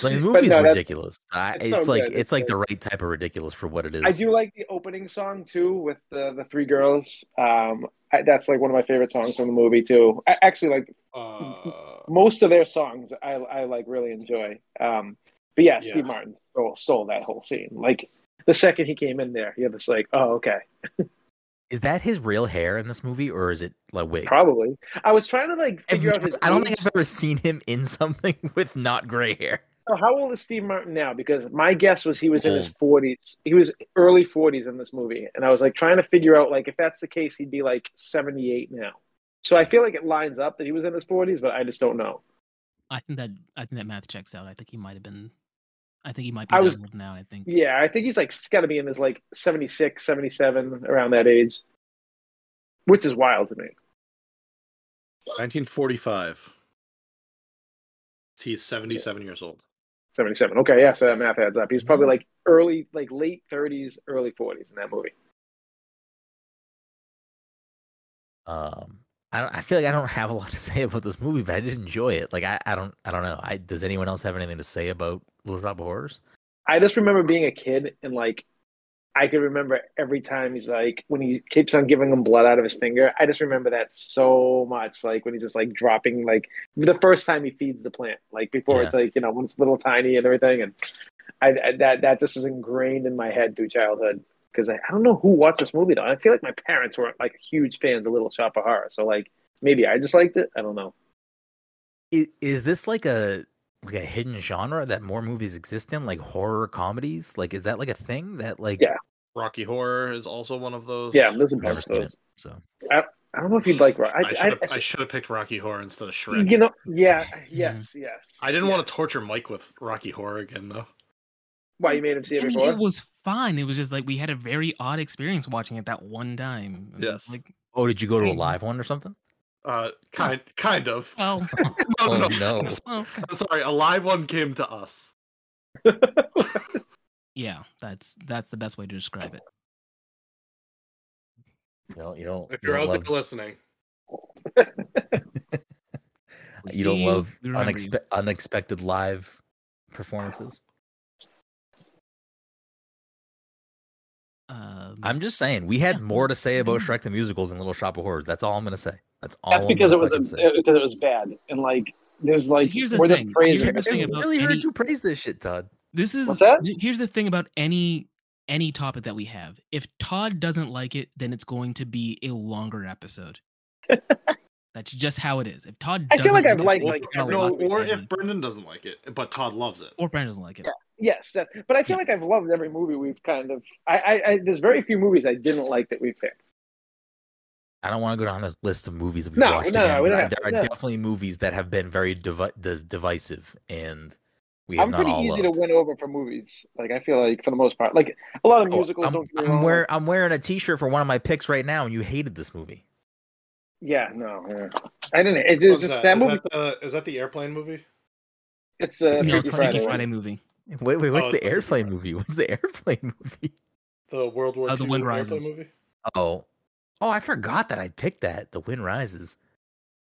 Speaker 3: But
Speaker 1: movie's
Speaker 3: no, that's-
Speaker 1: ridiculous. I,
Speaker 3: it's
Speaker 1: it's
Speaker 3: so
Speaker 1: like
Speaker 3: good.
Speaker 1: it's,
Speaker 3: It's
Speaker 1: like the right type of ridiculous for what it is.
Speaker 3: I do like the opening song too with the the three girls. Um, I, that's like one of my favorite songs from the movie too. I actually like
Speaker 4: uh,
Speaker 3: most of their songs. I I like really enjoy. Um, but yeah,
Speaker 4: Yeah.
Speaker 3: Steve Martin stole, stole that whole scene. Like the second he came in there, you're just like, oh okay,
Speaker 1: Is that his real hair in this movie, or is it like wig?
Speaker 3: probably. I was trying to like
Speaker 1: I've
Speaker 3: figure out
Speaker 1: never-
Speaker 3: his.
Speaker 1: I don't
Speaker 3: age.
Speaker 1: think I've ever seen him in something with not gray hair.
Speaker 3: So how old is Steve Martin now? Because my guess was he was in his
Speaker 1: Mm-hmm.
Speaker 3: forties. He was early forties in this movie, and I was like trying to figure out like if that's the case, he'd be like seventy eight now. So I feel like it lines up that he was in his forties, but I just don't know.
Speaker 2: I think that I think that math checks out. I think he might have been. I think he might be
Speaker 3: I
Speaker 2: that
Speaker 3: was-
Speaker 2: old now. I think.
Speaker 3: Yeah, I think he's like got to be in his like 76, 77, around that age, which is wild to me.
Speaker 4: 1945. He's 77 years old.
Speaker 3: Seventy seven. Okay, yeah, so that math adds up. He's probably
Speaker 1: Mm-hmm.
Speaker 3: like early, like late thirties, early forties in that movie.
Speaker 1: Um, I don't. I feel like I don't have a lot to say about this movie, but I did enjoy it. Like I, I don't. I don't know. I does anyone else have anything to say about Little Shop of Horrors?
Speaker 3: I just remember being a kid and like I could remember every time he's like when he keeps on giving him blood out of his finger. I just remember that so much. Like when he's just like dropping like the first time he feeds the plant, like before
Speaker 1: Yeah.
Speaker 3: it's like you know when it's little tiny and everything, and I, I that that just is ingrained in my head through childhood. Because I, I don't know who watched this movie though. I feel like my parents weren't like huge fans of Little Shop of Horror, so like maybe I just liked it. I don't know.
Speaker 1: Is, is this like a like a hidden genre that more movies exist in, like horror comedies? Like, is that like a thing that like?
Speaker 3: Yeah.
Speaker 4: Rocky Horror is also one of those.
Speaker 3: Yeah, listen,
Speaker 1: Never seen it.
Speaker 3: those.
Speaker 1: So
Speaker 3: I don't know if you'd like. Rock- I,
Speaker 4: I should have I,
Speaker 3: I-
Speaker 4: should have picked Rocky Horror instead of Shrek.
Speaker 3: you know, yeah, yes, yes.
Speaker 4: I didn't want
Speaker 3: yes.
Speaker 4: to torture Mike with Rocky Horror again though.
Speaker 3: Why you made him see it
Speaker 2: I mean,
Speaker 3: before?
Speaker 2: it was fun. It was just like we had a very odd experience watching it that one time. It was
Speaker 4: Yes.
Speaker 2: Like,
Speaker 1: Oh, did you go to a
Speaker 2: Hey.
Speaker 1: live one or something?
Speaker 4: Uh kind kind of.
Speaker 2: well,
Speaker 4: No,
Speaker 1: oh
Speaker 4: no, no.
Speaker 1: no!
Speaker 4: I'm, so-
Speaker 2: well, okay.
Speaker 4: I'm sorry. A live one came to us.
Speaker 2: yeah, that's that's the best way to describe it.
Speaker 1: No, you don't.
Speaker 4: If
Speaker 1: You
Speaker 4: you're
Speaker 1: don't
Speaker 4: out
Speaker 1: love,
Speaker 4: there listening,
Speaker 2: We
Speaker 1: you don't
Speaker 2: see
Speaker 1: love
Speaker 2: we remember you.
Speaker 1: unexpe- unexpected live performances.
Speaker 2: Um,
Speaker 1: I'm just saying we had more to say about
Speaker 2: Mm-hmm.
Speaker 1: Shrek the Musical than Little Shop of Horrors. That's all I'm gonna say. That's all.
Speaker 3: That's
Speaker 1: I'm
Speaker 3: because it
Speaker 1: gonna
Speaker 3: was a,
Speaker 1: fucking say.
Speaker 3: because it was bad and like there's like
Speaker 2: Here's the
Speaker 3: we're
Speaker 2: thing.
Speaker 3: just praising.
Speaker 2: Here's the
Speaker 3: it.
Speaker 2: thing
Speaker 1: I
Speaker 2: about
Speaker 1: really
Speaker 2: any-
Speaker 1: heard you praise this shit, Todd.
Speaker 2: this is
Speaker 3: What's that?
Speaker 2: th- here's the thing about any any topic that we have if todd doesn't like it then it's going to be a longer episode that's just how it is if todd
Speaker 3: I feel like
Speaker 2: doesn't
Speaker 3: I've liked,
Speaker 2: it,
Speaker 3: like,
Speaker 2: it's gonna
Speaker 4: no,
Speaker 2: lock it
Speaker 4: or
Speaker 2: in.
Speaker 4: if Brendan doesn't like it, but Todd loves it.
Speaker 2: or brandon doesn't like it
Speaker 3: Yes, that, but I feel
Speaker 2: Yeah.
Speaker 3: like I've loved every movie we've kind of. I, I, I there's very few movies I didn't like that we picked.
Speaker 1: I don't want to go down this list of movies that we've
Speaker 3: No,
Speaker 1: watched
Speaker 3: no, no,
Speaker 1: again. but
Speaker 3: we don't
Speaker 1: I-
Speaker 3: have
Speaker 1: there
Speaker 3: to-
Speaker 1: are
Speaker 3: no.
Speaker 1: definitely movies that have been very divi- the divisive, and we have
Speaker 3: I'm
Speaker 1: not
Speaker 3: pretty
Speaker 1: all
Speaker 3: easy
Speaker 1: loved.
Speaker 3: to win over for movies. Like I feel like for the most part, like a lot of
Speaker 1: Oh,
Speaker 3: musicals
Speaker 1: I'm,
Speaker 3: don't. Get me
Speaker 1: I'm
Speaker 3: wrong.
Speaker 1: wear- I'm wearing a T-shirt for one of my picks right now, and you hated this movie.
Speaker 3: Yeah, no, yeah. I didn't. It was
Speaker 4: What's
Speaker 3: just that,
Speaker 4: that? Is
Speaker 3: movie.
Speaker 4: that the, is that the airplane movie?
Speaker 3: it's uh,
Speaker 2: no,
Speaker 3: Freaky
Speaker 2: it's
Speaker 3: Friday.
Speaker 2: Freaky
Speaker 3: right?
Speaker 2: Friday movie.
Speaker 1: Wait, wait, what's
Speaker 2: Oh,
Speaker 1: the
Speaker 4: it's Freaky
Speaker 1: airplane
Speaker 4: Friday.
Speaker 1: movie? What's the airplane movie?
Speaker 4: The World War
Speaker 2: Uh, The
Speaker 4: II
Speaker 2: Wind
Speaker 4: airplane
Speaker 2: Rises.
Speaker 4: movie.
Speaker 1: Oh, oh, I forgot that I picked that. The Wind Rises.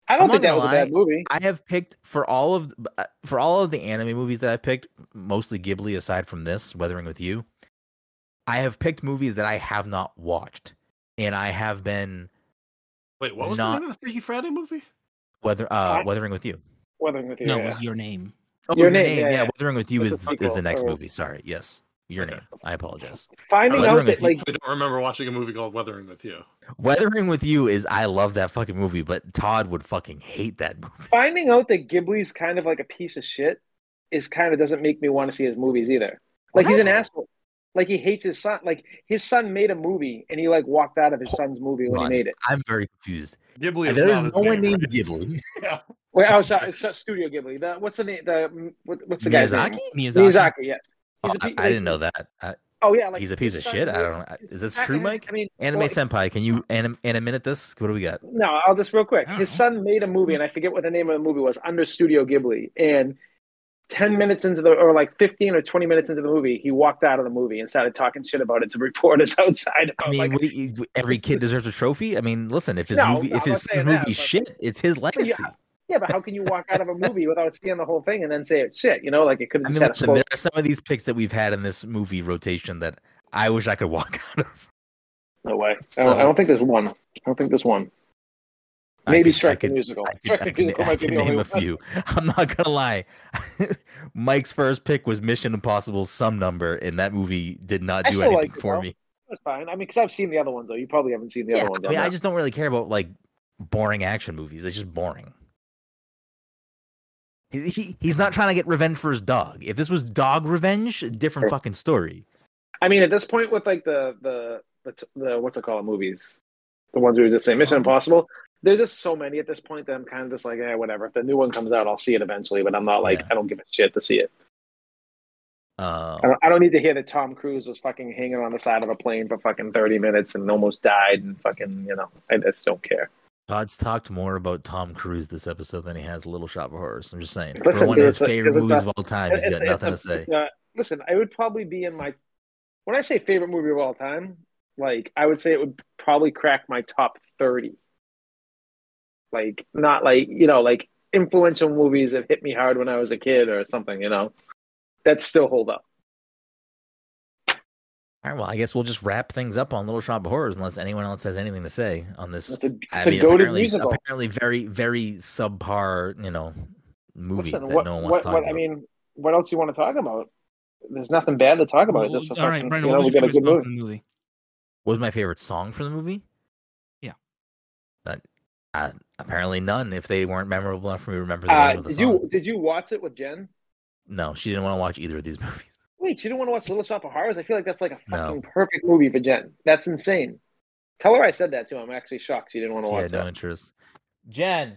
Speaker 3: I don't
Speaker 1: I'm
Speaker 3: think
Speaker 1: not
Speaker 3: that was
Speaker 1: gonna
Speaker 3: a bad movie.
Speaker 1: I have picked for all of uh, for all of the anime movies that I've picked, mostly Ghibli aside from this, Weathering with You. I have picked movies that I have not watched. And I have been
Speaker 4: Wait, what was
Speaker 1: Not-
Speaker 4: the name of the Freaky Friday movie?
Speaker 1: weather uh
Speaker 3: Fine.
Speaker 1: Weathering with You.
Speaker 3: Weathering with you.
Speaker 2: No,
Speaker 3: yeah.
Speaker 2: it was your name.
Speaker 1: Oh,
Speaker 3: Your
Speaker 1: your,
Speaker 3: Name,
Speaker 1: name,
Speaker 3: yeah,
Speaker 1: yeah,
Speaker 3: yeah.
Speaker 1: Weathering with You
Speaker 3: That's
Speaker 1: is,
Speaker 3: the
Speaker 1: is
Speaker 3: sequel,
Speaker 1: the next
Speaker 3: or-
Speaker 1: movie. Sorry, yes, Your
Speaker 4: Okay.
Speaker 1: Name. I apologize.
Speaker 4: I
Speaker 3: Finding
Speaker 4: was
Speaker 1: wondering
Speaker 3: out that
Speaker 1: if you-
Speaker 3: like
Speaker 4: I don't remember watching a movie called Weathering with You.
Speaker 1: Weathering with You is I love that fucking movie, but Todd would fucking hate that movie.
Speaker 3: finding out that Ghibli's kind of like a piece of shit is kind of doesn't make me want to see his movies either. Like he's an
Speaker 1: Wow.
Speaker 3: asshole. Like he hates his son. Like his son made a movie and he like walked out of his son's movie when
Speaker 1: Hold on.
Speaker 3: he made it.
Speaker 1: I'm very confused.
Speaker 4: Ghibli is
Speaker 1: There
Speaker 4: not
Speaker 1: is
Speaker 4: his
Speaker 1: no one
Speaker 4: name,
Speaker 1: named
Speaker 4: right?
Speaker 1: Ghibli.
Speaker 3: Wait, oh sorry, it's not Studio Ghibli. The, what's the name? The what, what's the guy's
Speaker 1: Miyazaki?
Speaker 3: name?
Speaker 2: Miyazaki.
Speaker 3: Miyazaki. Yes.
Speaker 1: Oh,
Speaker 3: He's a
Speaker 1: I,
Speaker 3: pi-
Speaker 1: I
Speaker 3: like,
Speaker 1: didn't know that. I,
Speaker 3: Oh yeah, like
Speaker 1: he's a piece
Speaker 3: his
Speaker 1: of
Speaker 3: son
Speaker 1: shit. I
Speaker 3: made-
Speaker 1: don't. know. Is this
Speaker 3: I-
Speaker 1: true,
Speaker 3: I-
Speaker 1: Mike?
Speaker 3: I mean,
Speaker 1: Anime
Speaker 3: well,
Speaker 1: senpai, can you anim- animate this? What do we got?
Speaker 3: No, I'll just real quick.
Speaker 2: I
Speaker 3: His
Speaker 1: Oh.
Speaker 2: don't
Speaker 3: son made a movie, and I forget what the name of the movie was, under Studio Ghibli. And 10 minutes into the, or like 15 or 20 minutes into the movie, he walked out of the movie and started talking shit about it to reporters outside.
Speaker 1: I mean,
Speaker 3: Oh, like,
Speaker 1: what do you- every kid deserves a trophy. I mean, listen, if his
Speaker 3: No,
Speaker 1: movie,
Speaker 3: no,
Speaker 1: if
Speaker 3: I'm not
Speaker 1: his, his
Speaker 3: saying that,
Speaker 1: movie's
Speaker 3: but-
Speaker 1: shit, it's his legacy.
Speaker 3: yeah, but how can you walk out of a movie without seeing the whole thing and then say it's shit? You know, like it could
Speaker 1: I
Speaker 3: have
Speaker 1: mean,
Speaker 3: just had a
Speaker 1: listen,
Speaker 3: slow.
Speaker 1: there are some of these picks that we've had in this movie rotation that I wish I could walk out of.
Speaker 3: No way. I don't- I,
Speaker 1: So-
Speaker 3: don't, think there's one. I don't think there's one.
Speaker 1: I
Speaker 3: Maybe
Speaker 1: could- I
Speaker 3: Shrek the
Speaker 1: could-
Speaker 3: Musical.
Speaker 1: I
Speaker 3: Shrek
Speaker 1: could, I
Speaker 3: the
Speaker 1: could-
Speaker 3: Musical
Speaker 1: I
Speaker 3: might be
Speaker 1: could
Speaker 3: the only
Speaker 1: name a
Speaker 3: one.
Speaker 1: few. I'm not gonna lie. Mike's first pick was Mission Impossible, some number, and that movie did not
Speaker 3: I
Speaker 1: do
Speaker 3: still
Speaker 1: anything
Speaker 3: liked it,
Speaker 1: for
Speaker 3: though.
Speaker 1: me.
Speaker 3: That's fine. I mean, because I've seen the other ones, though. You probably haven't seen the
Speaker 1: Yeah,
Speaker 3: other ones.
Speaker 1: I
Speaker 3: on
Speaker 1: mean, I
Speaker 3: that.
Speaker 1: just don't really care about like boring action movies. It's just boring. He, he he's not trying to get revenge for his dog. If this was dog revenge, a different
Speaker 3: Sure.
Speaker 1: fucking story.
Speaker 3: I mean, at this point, with like the the the, t- the what's it called movies, the ones we were just saying, Mission Impossible. There's just so many at this point that I'm kind of just like, eh, whatever. If the new one comes out, I'll see it eventually. But I'm not like,
Speaker 1: Yeah.
Speaker 3: I don't give a shit to see it.
Speaker 1: Uh,
Speaker 3: I don't, I don't need to hear that Tom Cruise was fucking hanging on the side of a plane for fucking 30 minutes and almost died and fucking, you know, I just don't care.
Speaker 1: Todd's talked more about Tom Cruise this episode than he has Little Shop of Horrors. I'm just saying, for
Speaker 3: Listen,
Speaker 1: one of
Speaker 3: dude,
Speaker 1: his
Speaker 3: it's a-
Speaker 1: favorite
Speaker 3: it's a-
Speaker 1: movies of all time, he's
Speaker 3: It's-
Speaker 1: got
Speaker 3: it's
Speaker 1: nothing
Speaker 3: a-
Speaker 1: to say.
Speaker 3: it's a- listen, I would probably be in my when I say favorite movie of all time, like I would say it would probably crack my top thirty. Like not like you know like influential movies that hit me hard when I was a kid or something. You know, that still hold up.
Speaker 1: All right, well, I guess we'll just wrap things up on Little Shop of Horrors, unless anyone else has anything to say on this.
Speaker 3: It's a, it's
Speaker 1: I
Speaker 3: a
Speaker 1: mean,
Speaker 3: goaded
Speaker 1: apparently,
Speaker 3: musical.
Speaker 1: apparently, very, very subpar, you know, movie
Speaker 3: Listen,
Speaker 1: that
Speaker 3: what,
Speaker 1: no one wants
Speaker 3: what,
Speaker 1: to talk
Speaker 3: what
Speaker 1: about.
Speaker 3: I mean, what else you want to talk about? There's nothing bad to talk about. It's
Speaker 2: Well,
Speaker 3: just a
Speaker 2: all right,
Speaker 3: fucking,
Speaker 2: Brendan,
Speaker 3: you know,
Speaker 2: what was
Speaker 3: we
Speaker 2: your
Speaker 3: got a
Speaker 2: favorite
Speaker 3: good
Speaker 2: spot
Speaker 3: movie.
Speaker 2: in the movie?
Speaker 1: What was my favorite song from the movie?
Speaker 2: Yeah.
Speaker 1: That uh, apparently none. If they weren't memorable enough for me to remember the
Speaker 3: Uh,
Speaker 1: name of the
Speaker 3: did
Speaker 1: song.
Speaker 3: you did you watch it with Jen?
Speaker 1: No, she didn't want to watch either of these movies.
Speaker 3: Wait, you don't want to watch Little Shop of Horrors? I feel like that's like a
Speaker 1: No.
Speaker 3: fucking perfect movie for Jen. That's insane. Tell her I said that too. I'm actually shocked she didn't want to
Speaker 1: She
Speaker 3: watch
Speaker 1: had no
Speaker 3: that.
Speaker 1: interest. Jen,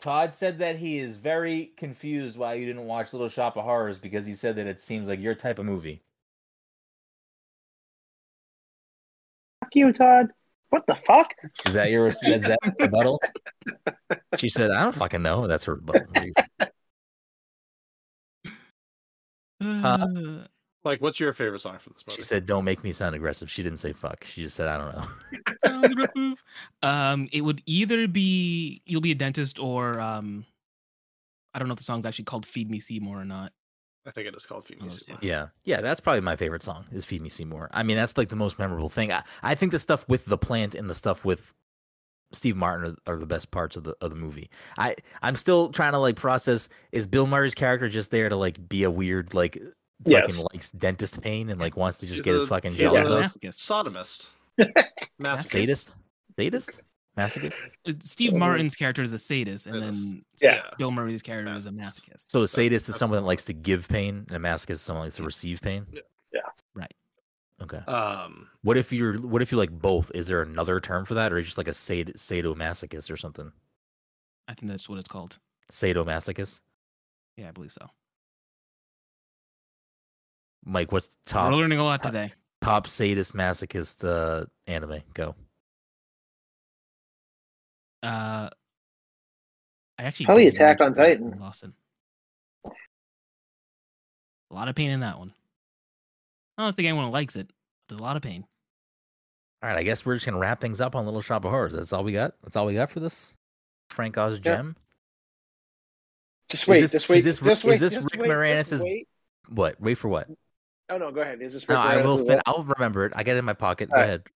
Speaker 1: Todd said that he is very confused why you didn't watch Little Shop of Horrors because he said that it seems like your type of movie.
Speaker 3: Fuck you, Todd. What the fuck?
Speaker 1: Is that your is that rebuttal? She said, "I don't fucking know." That's her rebuttal.
Speaker 2: Uh,
Speaker 4: Like, what's your favorite song from this movie?
Speaker 1: She said, "Don't make me sound aggressive." She didn't say "fuck." She just said, "I don't know."
Speaker 2: Uh, sound the remove. Um, it would either be you'll be a dentist or um, I don't know if the song's actually called "Feed Me Seymour" or not.
Speaker 4: I think it is called Feed Me
Speaker 2: Oh,
Speaker 4: Seymour.
Speaker 1: Yeah, yeah, that's probably my favorite song is "Feed Me Seymour." I mean, that's like the most memorable thing. I, I think the stuff with the plant and the stuff with Steve Martin are, are the best parts of the of the movie. I I'm still trying to like process is Bill Murray's character just there to like be a weird like fucking
Speaker 3: Yes.
Speaker 1: likes dentist pain and like wants to just
Speaker 4: He's
Speaker 1: get his
Speaker 4: a-
Speaker 1: fucking
Speaker 4: he's a
Speaker 1: jollies
Speaker 2: Yeah.
Speaker 1: off?
Speaker 2: Masochist.
Speaker 4: Sodomist. Masochist.
Speaker 1: Sadist, sadist, masochist.
Speaker 2: Uh, Steve
Speaker 3: Um,
Speaker 2: Martin's character is a sadist, and
Speaker 4: sadist.
Speaker 2: then
Speaker 3: Yeah.
Speaker 2: Bill Murray's character is a
Speaker 4: Masochist.
Speaker 2: masochist.
Speaker 1: So a
Speaker 4: That's-
Speaker 1: sadist is
Speaker 4: that's-
Speaker 1: someone that likes to give pain, and a masochist is someone that likes to receive pain.
Speaker 4: Yeah.
Speaker 3: Yeah.
Speaker 2: Right.
Speaker 1: Okay.
Speaker 4: Um,
Speaker 1: What if you're? What if you like both? Is there another term for that, or is just like a sad, sadomasochist or something?
Speaker 2: I think that's what it's called.
Speaker 1: Sadomasochist.
Speaker 2: Yeah, I believe so.
Speaker 1: Mike, what's top
Speaker 2: We're learning a lot
Speaker 1: top-
Speaker 2: today.
Speaker 1: top sadist masochist uh, anime? Go.
Speaker 2: Uh, I actually
Speaker 3: Probably
Speaker 2: don't
Speaker 3: Attack
Speaker 2: remember
Speaker 3: on
Speaker 2: that
Speaker 3: Titan.
Speaker 2: one, Lawson. A lot of pain in that one. I don't think anyone likes it. But there's a lot of pain.
Speaker 1: All right, I guess we're just gonna wrap things up on Little Shop of Horrors. That's all we got. That's all we got for this. Frank Oz
Speaker 3: Yeah.
Speaker 1: gem.
Speaker 3: Just wait.
Speaker 1: this-
Speaker 3: just wait.
Speaker 1: is this Rick-
Speaker 3: just wait.
Speaker 1: is this
Speaker 3: just
Speaker 1: Rick
Speaker 3: wait,
Speaker 1: Moranis'
Speaker 3: just wait.
Speaker 1: What? Wait for what?
Speaker 3: Oh no, go ahead. Is this Rick
Speaker 1: No, I
Speaker 3: Moranis'
Speaker 1: will.
Speaker 3: role?
Speaker 1: Fin- I'll remember it. I got it in my pocket. Go
Speaker 3: All right.
Speaker 1: ahead.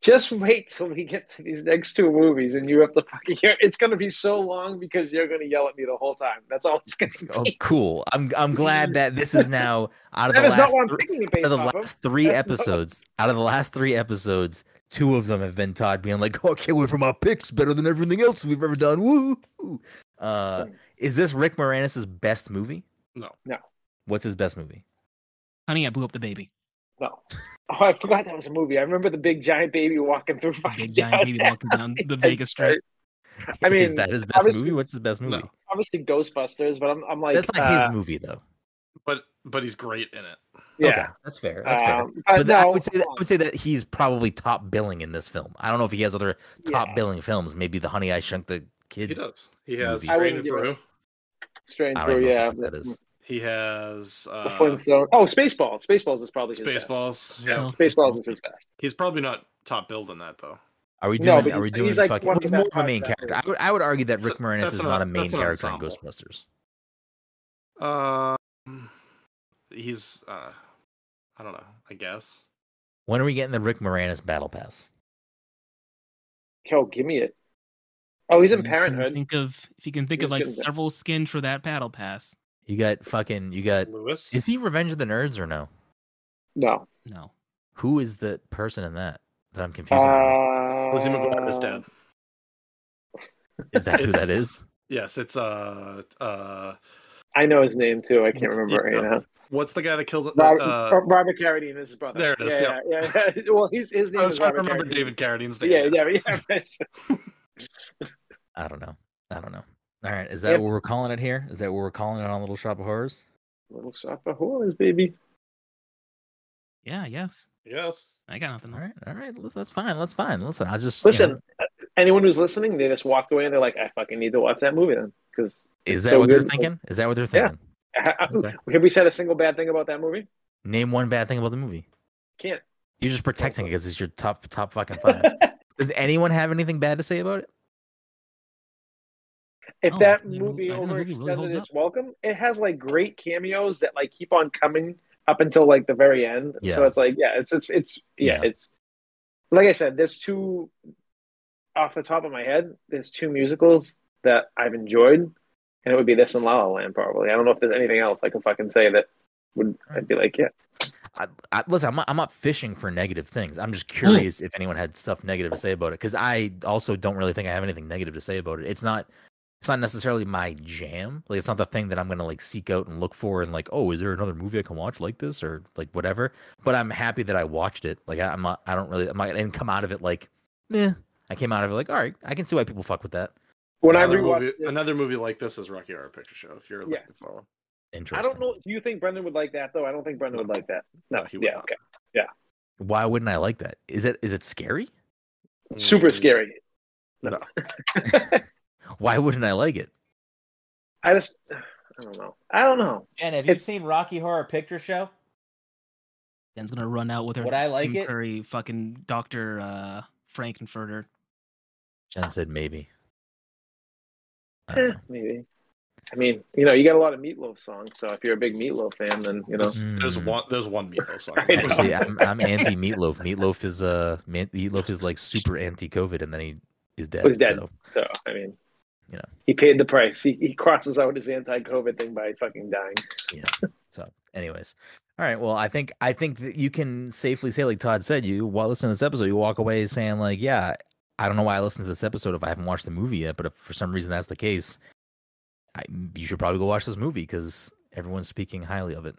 Speaker 3: Just wait till we get to these next two movies, and you have to fucking hear. It's going to be so long because you're going to yell at me the whole time. That's all it's going to be.
Speaker 1: Oh, cool. I'm I'm glad that this is now out of
Speaker 3: that
Speaker 1: the
Speaker 3: is not
Speaker 1: last
Speaker 3: what I'm
Speaker 1: three,
Speaker 3: thinking
Speaker 1: out
Speaker 3: based
Speaker 1: of the
Speaker 3: off of.
Speaker 1: last three
Speaker 3: That's not-
Speaker 1: episodes. Out of the last three episodes, two of them have been Todd being like, "Oh, I can't wait for my picks. Better than everything else we've ever done." Woo! Uh,
Speaker 3: Hmm.
Speaker 1: is this Rick Moranis' best movie?
Speaker 4: No.
Speaker 3: No.
Speaker 1: What's his best movie?
Speaker 2: Honey, I blew up the baby.
Speaker 3: No. Oh, I forgot that was a movie. I remember the big giant baby walking through fucking
Speaker 2: Big giant baby
Speaker 3: downtown.
Speaker 2: walking down the Vegas
Speaker 3: right.
Speaker 2: Strip.
Speaker 3: I
Speaker 1: is
Speaker 3: mean,
Speaker 1: that his best
Speaker 3: obviously-
Speaker 1: movie? What's his best movie?
Speaker 4: No.
Speaker 3: Obviously, Ghostbusters, but I'm, I'm like
Speaker 1: That's not
Speaker 3: uh,
Speaker 1: his movie though.
Speaker 4: But but he's great in it.
Speaker 3: Yeah,
Speaker 1: Okay, that's fair. That's fair.
Speaker 3: Um, but
Speaker 1: but th- I
Speaker 3: no,
Speaker 1: would say that, I
Speaker 3: um,
Speaker 1: would say that he's probably top billing in this film. I don't know if he has other top
Speaker 3: yeah,
Speaker 1: billing films. Maybe the Honey I Shrunk the
Speaker 4: He
Speaker 1: Kids.
Speaker 4: does. He has
Speaker 1: movies. I
Speaker 4: Rain
Speaker 3: wouldn't
Speaker 4: and
Speaker 3: give
Speaker 4: Brew.
Speaker 3: strange.
Speaker 1: I
Speaker 3: Brew,
Speaker 1: don't even know
Speaker 3: yeah,
Speaker 1: what the fuck that is.
Speaker 4: He has
Speaker 3: The
Speaker 4: uh,
Speaker 3: Flintstone. Oh, Spaceballs. Spaceballs is probably his best.
Speaker 4: Spaceballs. Yeah.
Speaker 2: No.
Speaker 3: Spaceballs is his best.
Speaker 4: He's probably not top billed in that though.
Speaker 1: Are we
Speaker 3: No,
Speaker 1: doing?
Speaker 3: but
Speaker 1: are we
Speaker 3: he's-
Speaker 1: doing?
Speaker 3: he's like
Speaker 1: fucking,
Speaker 3: one of
Speaker 1: what's
Speaker 3: the
Speaker 1: more
Speaker 3: best
Speaker 1: of a main
Speaker 3: actors.
Speaker 1: character? I would, I would argue that Rick
Speaker 4: That's a-
Speaker 1: Moranis
Speaker 4: that's
Speaker 1: is
Speaker 4: an-
Speaker 1: not a main
Speaker 4: that's an
Speaker 1: character in
Speaker 4: ensemble.
Speaker 1: Ghostbusters.
Speaker 4: Uh, he's uh, I don't know. I guess
Speaker 1: When are we getting the Rick Moranis Battle Pass?
Speaker 3: Yo, give me it. Oh, he's in
Speaker 2: If you can
Speaker 3: Parenthood.
Speaker 2: Think of if you can think
Speaker 3: He
Speaker 2: of
Speaker 3: was
Speaker 2: like
Speaker 3: good in that.
Speaker 2: several skins for that paddle pass.
Speaker 1: You got fucking. You got.
Speaker 4: Lewis.
Speaker 1: Is he Revenge of the Nerds or no?
Speaker 3: No.
Speaker 2: No,
Speaker 1: Who is the person in that that I'm
Speaker 3: Uh,
Speaker 1: confusing?
Speaker 4: Lizzie McGuire is dead.
Speaker 1: is that who
Speaker 4: it's-
Speaker 3: Uh,
Speaker 1: that is?
Speaker 4: Yes, it's uh uh
Speaker 3: I know his name too. I can't remember it
Speaker 4: Yeah.
Speaker 3: right now.
Speaker 4: what's the guy that killed
Speaker 3: Robert,
Speaker 4: uh,
Speaker 3: Robert Carradine is his brother.
Speaker 4: there it is,
Speaker 3: Yeah, yeah. yeah, yeah. Well, he's, his name
Speaker 4: I was
Speaker 3: is
Speaker 4: trying to
Speaker 3: Robert
Speaker 4: remember
Speaker 3: Carradine.
Speaker 4: David Carradine's name.
Speaker 3: Yeah, yeah, yeah. right.
Speaker 1: I don't know. I don't know. All right, is that
Speaker 3: Yep.
Speaker 1: what we're calling it here? Is that what we're calling it on Little Shop of Horrors?
Speaker 3: Little shop of horrors, baby.
Speaker 2: yeah, yes,
Speaker 4: Yes.
Speaker 2: I got nothing
Speaker 1: All
Speaker 2: else.
Speaker 1: right, all right. let's- That's fine. That's fine. Listen, I just you know,
Speaker 3: Listen, anyone who's listening, they just walked away and they're like, "I fucking need to watch that movie then." Because
Speaker 1: Is
Speaker 3: It's
Speaker 1: that
Speaker 3: so
Speaker 1: what they're
Speaker 3: good.
Speaker 1: thinking? Is that what they're
Speaker 3: Yeah.
Speaker 1: thinking? Okay.
Speaker 3: have we said a single bad thing about that movie?
Speaker 1: Name one bad thing about the movie.
Speaker 3: Can't.
Speaker 1: You're just protecting it
Speaker 3: good.
Speaker 1: because it's your top top fucking five. Does anyone have anything bad to say about it?
Speaker 3: if
Speaker 2: Oh,
Speaker 3: that
Speaker 2: I mean,
Speaker 3: movie
Speaker 2: I know the movie
Speaker 3: overextended
Speaker 2: really holds
Speaker 3: its welcome, it has like great cameos that like keep on coming up until like the very end. So
Speaker 1: Yeah.
Speaker 3: it's like, yeah, it's it's it's yeah,
Speaker 1: Yeah.
Speaker 3: it's like I said, there's two off the top of my head, there's two musicals that I've enjoyed, and it would be this and La La Land probably. I don't know if there's anything else I can fucking say that would I'd be like, yeah,
Speaker 1: I, I, listen, I'm not, I'm not fishing for negative things. I'm just curious if anyone had stuff negative to say about it because I also don't really think I have anything negative to say about it. It's not it's not necessarily my jam. Like it's not the thing that I'm gonna like seek out and look for and like, oh, is there another movie I can watch like this or like whatever. But I'm happy that I watched it. Like I, I'm not, I don't really, I'm not, I didn't come out of it like, eh. I came out of it like, all right, I can see why people fuck with that.
Speaker 3: when I
Speaker 4: another,
Speaker 3: rewatched
Speaker 4: movie,
Speaker 3: it,
Speaker 4: another movie like this is Rocky Horror Picture Show. If you're looking
Speaker 3: Yes.
Speaker 4: for one.
Speaker 1: Interesting.
Speaker 3: I don't know. Do you think Brendan would like that though? I don't think Brendan would like that. No,
Speaker 4: No, he would
Speaker 3: yeah,
Speaker 4: not.
Speaker 3: okay.
Speaker 1: Why wouldn't I like that? Is it is it scary?
Speaker 3: Super
Speaker 4: Mm,
Speaker 3: scary.
Speaker 4: No.
Speaker 1: Why wouldn't I like it?
Speaker 3: I just, I don't know. I don't know.
Speaker 1: Jen, have
Speaker 3: you It's- seen
Speaker 1: Rocky Horror Picture Show?
Speaker 2: Jen's gonna run out with her.
Speaker 1: Would I like
Speaker 2: Tim
Speaker 1: it?
Speaker 2: Curry, fucking Doctor uh, Frankenfurter.
Speaker 1: Jen said maybe. I
Speaker 3: Eh,
Speaker 1: don't know.
Speaker 3: maybe. I mean, you know, you got a lot of Meatloaf songs, so if you're a big Meatloaf fan, then you know.
Speaker 4: There's, there's
Speaker 1: Mm.
Speaker 4: one. There's one meatloaf song.
Speaker 3: I know.
Speaker 1: Actually, I'm I'm anti meatloaf. Meatloaf is uh man, meatloaf is like super anti COVID, and then he is dead.
Speaker 3: He's dead.
Speaker 1: so-
Speaker 3: So I mean,
Speaker 1: You know.
Speaker 3: he paid the price. He he crosses out his anti-COVID thing by fucking dying.
Speaker 1: So, anyways, all right. Well, I think I think that you can safely say, like Todd said, you while listening to this episode, you walk away saying, like, yeah, I don't know why I listened to this episode if I haven't watched the movie yet, but if for some reason that's the case, I, you should probably go watch this movie because everyone's speaking highly of it.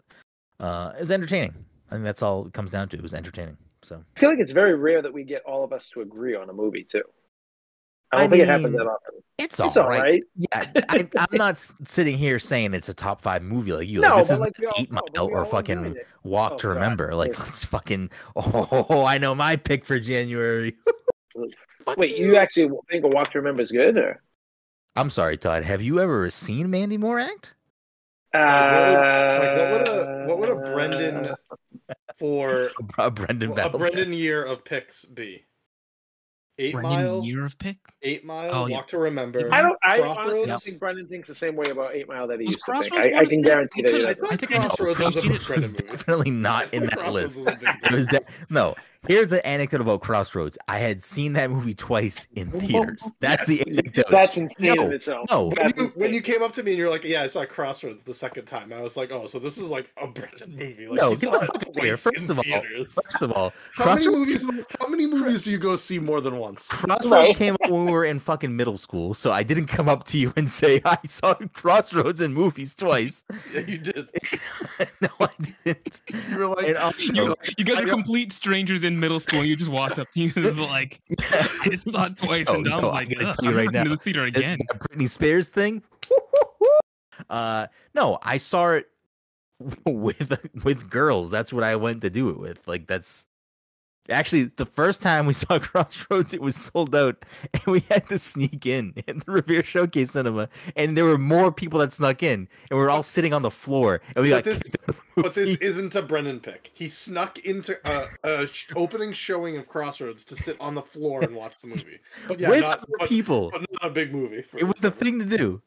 Speaker 1: Uh, it was entertaining. I think that's all it comes down to. It was entertaining. So
Speaker 3: I feel like it's very rare that we get all of us to agree on a movie too. I don't
Speaker 1: I
Speaker 3: think it happens
Speaker 1: mean,
Speaker 3: that often.
Speaker 1: it's
Speaker 3: It's all right.
Speaker 1: Yeah, I, I'm not s- sitting here saying it's a top five movie like you. Like,
Speaker 3: no,
Speaker 1: this
Speaker 3: but
Speaker 1: is
Speaker 3: like we all,
Speaker 1: Eight
Speaker 3: no, but
Speaker 1: Mile
Speaker 3: we
Speaker 1: or
Speaker 3: all
Speaker 1: fucking
Speaker 3: enjoyed it.
Speaker 1: walk
Speaker 3: Oh,
Speaker 1: to
Speaker 3: God.
Speaker 1: remember. Like,
Speaker 3: Wait.
Speaker 1: let's fucking. Oh, I know my pick for January. Fuck
Speaker 3: Wait, you actually think a walk to remember is good or?
Speaker 1: I'm sorry, Todd. Have you ever seen Mandy Moore act?
Speaker 4: Uh, Like, what would a what would a Brendan
Speaker 3: Uh,
Speaker 4: for
Speaker 1: A Brendan
Speaker 4: a
Speaker 1: Battle.
Speaker 4: Brendan
Speaker 1: Pass.
Speaker 4: year of picks be? Eight
Speaker 2: Brendan
Speaker 4: mile.
Speaker 2: Year of Pick.
Speaker 4: Eight mile.
Speaker 2: Oh,
Speaker 4: walk
Speaker 2: yeah.
Speaker 4: to remember.
Speaker 3: I don't. I honestly
Speaker 4: Crossroads?
Speaker 3: don't think Brendan thinks the same way about Eight Mile that he
Speaker 2: Was
Speaker 3: used to think.
Speaker 2: Crossroads
Speaker 3: I, I
Speaker 2: one
Speaker 3: can
Speaker 2: of the-
Speaker 3: guarantee that he
Speaker 2: I
Speaker 3: doesn't.
Speaker 2: thought- I think I
Speaker 1: Oh, No,
Speaker 2: just
Speaker 4: Crossroads was a
Speaker 1: Crossroads
Speaker 4: Brendan
Speaker 1: is
Speaker 4: movie.
Speaker 1: definitely not in that list.
Speaker 4: Crossroads was a big
Speaker 1: It was
Speaker 4: deal.
Speaker 1: de- no, Here's the anecdote about Crossroads. I had seen that movie twice in theaters. That's
Speaker 4: Yes.
Speaker 1: the anecdote.
Speaker 3: That's insane
Speaker 1: No,
Speaker 3: in itself.
Speaker 1: no.
Speaker 4: When
Speaker 3: That's
Speaker 4: you, when
Speaker 3: insane.
Speaker 4: you came up to me and you're like, "Yeah, I saw Crossroads the second time," I was like, "Oh, so this is like a Brendan movie." Like,
Speaker 1: No,
Speaker 4: he
Speaker 1: get
Speaker 4: saw
Speaker 1: the
Speaker 4: it
Speaker 1: fuck outta here,
Speaker 4: twice
Speaker 1: first
Speaker 4: in
Speaker 1: of all.
Speaker 4: theaters.
Speaker 1: First of all,
Speaker 5: How many
Speaker 1: Crossroads
Speaker 5: movies? How many movies do you go see more than once?
Speaker 1: Crossroads
Speaker 3: Right.
Speaker 1: came up when we were in fucking middle school, so I didn't come up to you and say I saw Crossroads in movies twice.
Speaker 4: Yeah, you did.
Speaker 1: no, I didn't.
Speaker 5: You were like,
Speaker 1: And also,
Speaker 5: you
Speaker 2: You, you guys are complete strangers in middle school. and You just walked up to you and was like, I just saw it twice.
Speaker 1: No,
Speaker 2: and Dom's
Speaker 1: Oh, no, I'm
Speaker 2: like,
Speaker 1: gonna
Speaker 2: "Ugh,
Speaker 1: tell you
Speaker 2: I'm
Speaker 1: right
Speaker 2: not going
Speaker 1: now,
Speaker 2: to the theater
Speaker 1: that-
Speaker 2: again.
Speaker 1: that Britney Spears thing. uh, no, I saw it with with girls. That's what I went to do it with. Like that's actually the first time we saw Crossroads, it was sold out, and we had to sneak in in the Revere Showcase Cinema, and there were more people that snuck in, and we were all sitting on the floor, and we
Speaker 4: But
Speaker 1: got
Speaker 4: this-
Speaker 1: kicked out of the
Speaker 4: But this
Speaker 1: movie.
Speaker 4: isn't a Brendan pick. He snuck into a, a sh- opening showing of Crossroads to sit on the floor and watch the movie. But yeah,
Speaker 1: with
Speaker 4: not,
Speaker 1: other
Speaker 4: but,
Speaker 1: people.
Speaker 4: but not a big movie. for
Speaker 1: It was the
Speaker 4: this.
Speaker 1: thing to do.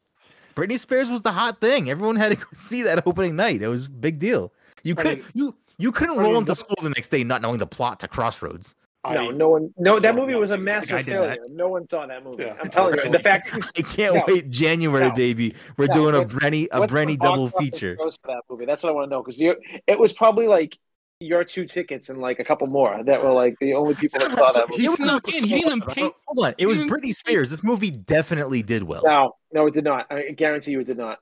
Speaker 1: Britney Spears was the hot thing. Everyone had to go see that opening night. It was a big deal. You
Speaker 4: I
Speaker 1: couldn't
Speaker 4: mean-
Speaker 1: you you couldn't
Speaker 4: I
Speaker 1: roll
Speaker 4: mean,
Speaker 1: into
Speaker 4: what-
Speaker 1: school the next day not knowing the plot to Crossroads.
Speaker 4: I-
Speaker 3: no, no one. No,
Speaker 4: still
Speaker 3: that movie
Speaker 4: haven't
Speaker 3: was a
Speaker 4: seen it.
Speaker 3: massive
Speaker 2: I did that.
Speaker 3: failure. No one saw that movie.
Speaker 4: Yeah,
Speaker 3: I'm
Speaker 4: I
Speaker 3: telling
Speaker 4: still
Speaker 3: you, the
Speaker 4: did.
Speaker 3: fact that
Speaker 1: I can't
Speaker 3: No.
Speaker 1: wait January,
Speaker 3: No.
Speaker 1: baby. We're
Speaker 3: No,
Speaker 1: doing a
Speaker 3: what's-
Speaker 1: Brenny a
Speaker 3: What's the
Speaker 1: Brenny double
Speaker 3: box office
Speaker 1: feature.
Speaker 3: gross for that movie. That's what I want to know because you it was probably like your two tickets and like a couple more that were like the only people that saw that movie.
Speaker 2: He snuck in. He didn't pay.
Speaker 1: Hold on, it was
Speaker 2: Even-
Speaker 1: Britney Spears. This movie definitely did well.
Speaker 3: No, no, it did not. I guarantee you, it did not.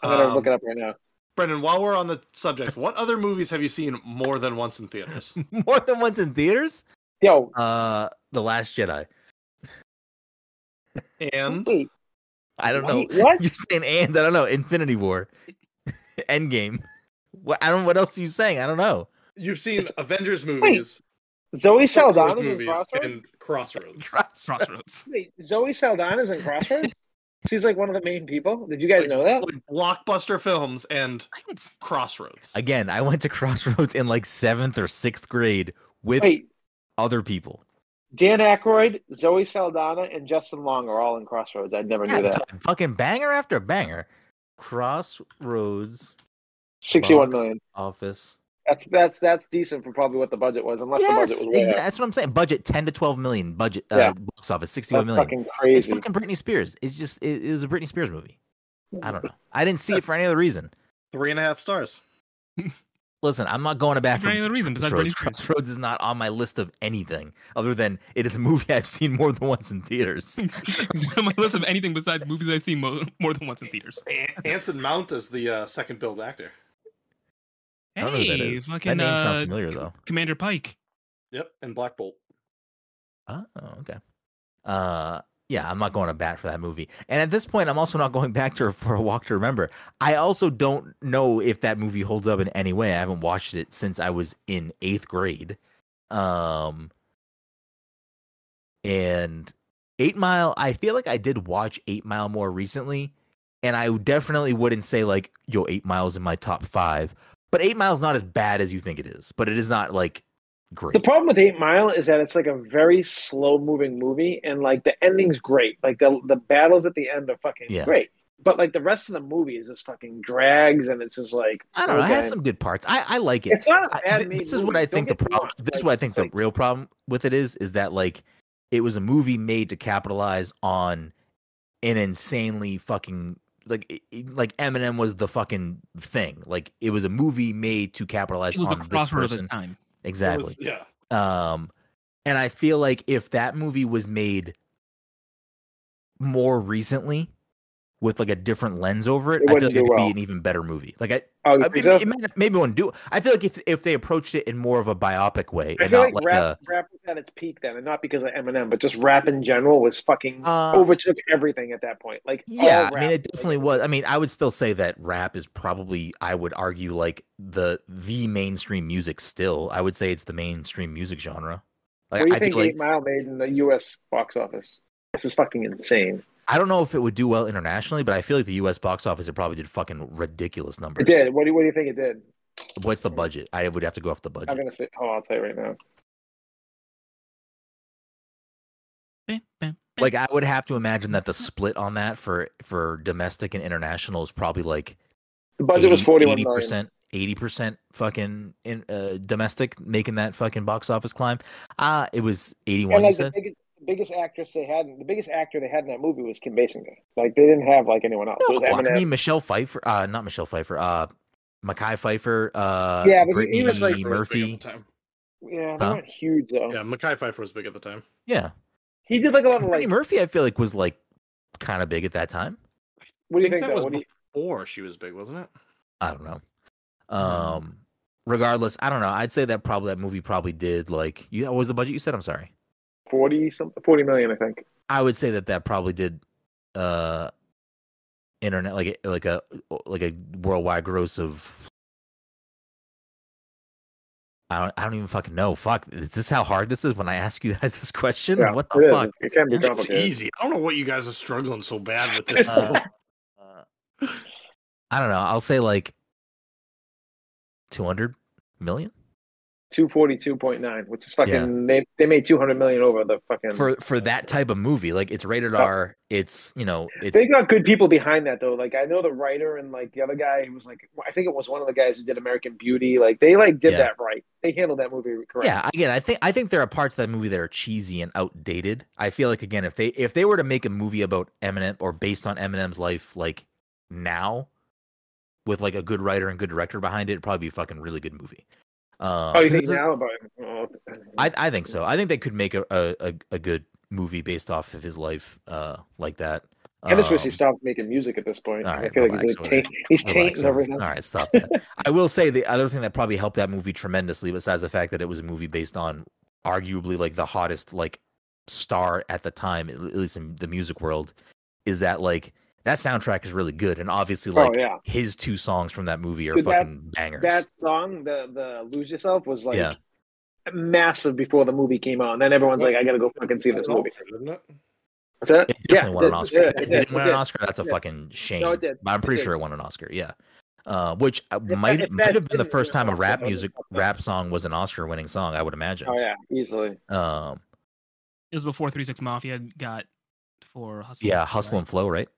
Speaker 3: I'm gonna
Speaker 5: Um,
Speaker 3: look it up right now.
Speaker 5: Brendan, while we're on the subject, what other movies have you seen more than once in theaters?
Speaker 1: More than once in theaters.
Speaker 3: Yo,
Speaker 1: Uh, The Last Jedi.
Speaker 5: And
Speaker 3: wait,
Speaker 1: I don't know.
Speaker 3: wait, what?
Speaker 1: You're saying and I don't know. Infinity War, Endgame. What I don't. What else are you saying? I don't know.
Speaker 4: You've seen Avengers movies,
Speaker 3: Zoe
Speaker 4: Star Wars
Speaker 3: Saldana's in
Speaker 4: movies,
Speaker 3: Crossroads.
Speaker 4: and Crossroads.
Speaker 2: Crossroads.
Speaker 3: Wait, Zoe Saldana's in Crossroads. She's like one of the main people. Did you guys know that?
Speaker 5: like blockbuster films and Crossroads.
Speaker 1: Again, I went to Crossroads in like seventh or sixth grade with
Speaker 3: Wait,
Speaker 1: other people.
Speaker 3: Dan Aykroyd, Zoe Saldana, and Justin Long are all in Crossroads. I never knew
Speaker 1: Yeah,
Speaker 3: that.
Speaker 1: t- fucking banger after banger. Crossroads
Speaker 3: Sixty-one
Speaker 1: box
Speaker 3: million.
Speaker 1: office.
Speaker 3: That's that's that's decent for probably what the budget was, unless
Speaker 1: Yes,
Speaker 3: the budget was way
Speaker 1: exa-
Speaker 3: up.
Speaker 1: that's what I'm saying. Budget ten to twelve million. Budget uh,
Speaker 3: Yeah.
Speaker 1: box office sixty-one
Speaker 3: That's
Speaker 1: million.
Speaker 3: fucking
Speaker 1: it's
Speaker 3: crazy.
Speaker 1: fucking Britney Spears. It's just it, it was a Britney Spears movie. I don't know. I didn't see it for any other reason.
Speaker 5: Three and a half stars.
Speaker 1: Listen, I'm not going to bat
Speaker 2: For
Speaker 1: for
Speaker 2: any other reason besides
Speaker 1: Crossroads.
Speaker 2: Britney Spears.
Speaker 1: Crossroads is not on my list of anything other than it is a movie I've seen more than once in theaters.
Speaker 2: It's on my list of anything besides movies I've seen mo- more than once in theaters.
Speaker 4: An- Anson Mount is the uh, second build actor.
Speaker 1: I don't know who that
Speaker 2: Hey,
Speaker 1: is.
Speaker 2: fucking
Speaker 1: that name sounds
Speaker 2: uh,
Speaker 1: familiar though.
Speaker 2: Commander Pike.
Speaker 4: Yep, and Black Bolt.
Speaker 1: Oh, okay. Uh, yeah, I'm not going to bat for that movie. And at this point, I'm also not going back to for a walk to remember. I also don't know if that movie holds up in any way. I haven't watched it since I was in eighth grade. Um, and Eight Mile, I feel like I did watch Eight Mile more recently, and I definitely wouldn't say like, "Yo, Eight Mile's in my top five. But Eight Mile's not as bad as you think it is. But it is not like great.
Speaker 3: The problem with Eight Mile is that it's like a very slow moving movie, and like the ending's great. Like the the battles at the end are fucking
Speaker 1: Yeah.
Speaker 3: great, but like the rest of the movie is just fucking drags, and it's just like
Speaker 1: I don't know. It has
Speaker 3: okay.
Speaker 1: some good parts. I, I like it.
Speaker 3: It's not a
Speaker 1: I-
Speaker 3: bad.
Speaker 1: th-
Speaker 3: made
Speaker 1: this is
Speaker 3: movie,
Speaker 1: what I
Speaker 3: don't
Speaker 1: think the
Speaker 3: get me
Speaker 1: problem.
Speaker 3: wrong.
Speaker 1: This is
Speaker 3: Like,
Speaker 1: what I think
Speaker 3: it's
Speaker 1: the
Speaker 3: like-
Speaker 1: real problem with it is, is that like it was a movie made to capitalize on an insanely fucking like it- it- like Eminem was the fucking thing. Like it was a movie made to capitalize
Speaker 2: It was a
Speaker 1: on this
Speaker 2: crossroad of his
Speaker 1: person.
Speaker 2: time.
Speaker 4: It
Speaker 1: Exactly.
Speaker 4: was- yeah,
Speaker 1: Um, and I feel like if that movie was made more recently with like a different lens over it,
Speaker 3: It
Speaker 1: I feel
Speaker 3: wouldn't
Speaker 1: like it
Speaker 3: do
Speaker 1: could
Speaker 3: well.
Speaker 1: be an even better movie. Like I,
Speaker 3: Oh, you
Speaker 1: I
Speaker 3: think
Speaker 1: mean,
Speaker 3: so?
Speaker 1: it might not- maybe wouldn't do. I feel like if if they approached it in more of a biopic way
Speaker 3: I
Speaker 1: and
Speaker 3: feel
Speaker 1: not
Speaker 3: like
Speaker 1: like uh,
Speaker 3: rap, rap was at its peak then, and not because of Eminem, but just rap in general was fucking
Speaker 1: a uh,
Speaker 3: overtook everything at that point. Like, all
Speaker 1: Yeah, I
Speaker 3: rap.
Speaker 1: mean, it definitely was. I mean, I would still say that rap is probably, I would argue, like the the mainstream music. Still, I would say it's the mainstream music genre. Like,
Speaker 3: what do you
Speaker 1: I
Speaker 3: think
Speaker 1: feel like
Speaker 3: Eight Mile made in the U.S. box office? This is fucking insane.
Speaker 1: I don't know if it would do well internationally, but I feel like the U.S. box office it probably did fucking ridiculous numbers.
Speaker 3: It did. What do you, what do you think it did?
Speaker 1: What's the budget? I would have to go off the budget.
Speaker 3: I'm gonna say. Oh, I'll tell you right now.
Speaker 2: Bam, bam, bam.
Speaker 1: Like I would have to imagine that the split on that for for domestic and international is probably like
Speaker 3: The budget was 41 million.
Speaker 1: percent, 80% fucking in, uh, domestic making that fucking box office climb. Uh it was 81
Speaker 3: And
Speaker 1: you
Speaker 3: like the
Speaker 1: said.
Speaker 3: biggest, the biggest actress they had, the biggest actor they had in that movie was Kim Basinger. Like they didn't have like anyone else.
Speaker 1: No,
Speaker 3: it was
Speaker 1: I
Speaker 3: Eminem.
Speaker 1: mean Michelle Pfeiffer, uh not Michelle Pfeiffer, uh Mackay Pfeiffer, uh
Speaker 3: Yeah, but he-
Speaker 1: Brittany
Speaker 3: he was, like,
Speaker 1: Murphy.
Speaker 3: yeah, they
Speaker 1: Huh?
Speaker 3: weren't huge though.
Speaker 4: Yeah, Mackay Pfeiffer was big at the time.
Speaker 1: Yeah.
Speaker 3: He did like a lot of
Speaker 1: Brittany
Speaker 3: like.
Speaker 1: Murphy I feel like was like kind of big at that time.
Speaker 3: What do you
Speaker 5: I think
Speaker 3: think?
Speaker 5: that
Speaker 3: though?
Speaker 5: was
Speaker 3: What do you-
Speaker 5: before she was big, wasn't it?
Speaker 1: I don't know.
Speaker 3: Mm-hmm.
Speaker 1: Um regardless, I don't know. I'd say that probably that movie probably did like you what was the budget you said? I'm sorry.
Speaker 3: Forty something, forty million, I think.
Speaker 1: I would say that that probably did uh internet like a, like a like a worldwide gross of I don't I don't even fucking know. Fuck, is this how hard this is when I ask you guys this question? what
Speaker 3: it
Speaker 1: the
Speaker 3: is.
Speaker 1: fuck?
Speaker 3: It can be
Speaker 2: It's
Speaker 5: That was
Speaker 3: complicated.
Speaker 5: easy. I don't know what you guys are struggling so bad with this.
Speaker 1: Uh, uh, I don't know. I'll say like 200 million
Speaker 3: 242.9, which is fucking.
Speaker 1: Yeah.
Speaker 3: They, they made 200 million over the fucking.
Speaker 1: for for that type of movie. Like it's rated
Speaker 3: Yeah.
Speaker 1: R. It's, you know, it's
Speaker 3: they got good people behind that though. Like I know the writer and like the other guy who was like, I think it was one of the guys who did American Beauty. Like they like did
Speaker 1: Yeah.
Speaker 3: that right. They handled that movie correctly.
Speaker 1: Yeah, again, I think I think there are parts of that movie that are cheesy and outdated. I feel like again, if they if they were to make a movie about Eminem or based on Eminem's life, like now, with like a good writer and good director behind it, it'd probably be a fucking really good movie. Um,
Speaker 3: Oh, you
Speaker 1: 'cause
Speaker 3: think
Speaker 1: this is-
Speaker 3: now about him? Oh,
Speaker 1: I I think so. I think they could make a a, a, a good movie based off of his life, uh, like that.
Speaker 3: Oh. I just wish he
Speaker 1: Um,
Speaker 3: stopped making music at this point.
Speaker 1: all
Speaker 3: I
Speaker 1: right,
Speaker 3: feel like
Speaker 1: relax,
Speaker 3: he's, like, taint, he's
Speaker 1: Relax, all
Speaker 3: tainting
Speaker 1: right.
Speaker 3: everything.
Speaker 1: All right, stop that. I will say the other thing that probably helped that movie tremendously, besides the fact that it was a movie based on arguably like the hottest like star at the time, at least in the music world, is that like that soundtrack is really good, and obviously
Speaker 3: Oh
Speaker 1: like
Speaker 3: yeah,
Speaker 1: his two songs from that movie are
Speaker 3: Dude, that-
Speaker 1: fucking bangers.
Speaker 3: that song, the the lose yourself, was like
Speaker 1: Yeah.
Speaker 3: massive before the movie came out, and then everyone's like, I gotta go fucking see this
Speaker 4: An
Speaker 3: movie.
Speaker 4: Oscar, didn't it?
Speaker 3: Is that?
Speaker 1: It definitely
Speaker 3: yeah,
Speaker 1: won an
Speaker 3: it
Speaker 1: Oscar.
Speaker 3: did,
Speaker 1: If
Speaker 3: it
Speaker 1: it
Speaker 3: did,
Speaker 1: didn't win
Speaker 3: it
Speaker 1: an
Speaker 3: did.
Speaker 1: Oscar. That's a
Speaker 3: did.
Speaker 1: fucking shame.
Speaker 3: No, it did,
Speaker 1: But I'm
Speaker 3: it
Speaker 1: pretty
Speaker 3: did.
Speaker 1: sure it won an Oscar. Yeah. Uh, which uh,
Speaker 3: that-
Speaker 1: might
Speaker 3: if
Speaker 1: might
Speaker 3: that
Speaker 1: have been the
Speaker 3: didn't
Speaker 1: first
Speaker 3: win an
Speaker 1: time a rap
Speaker 3: Oscar, I
Speaker 1: music
Speaker 3: would've-
Speaker 1: rap song was an Oscar winning song. I would imagine.
Speaker 3: Oh yeah, easily.
Speaker 1: Um,
Speaker 2: It was before Three Six Mafia got for Hustle.
Speaker 1: yeah, Hustle and Flow, right?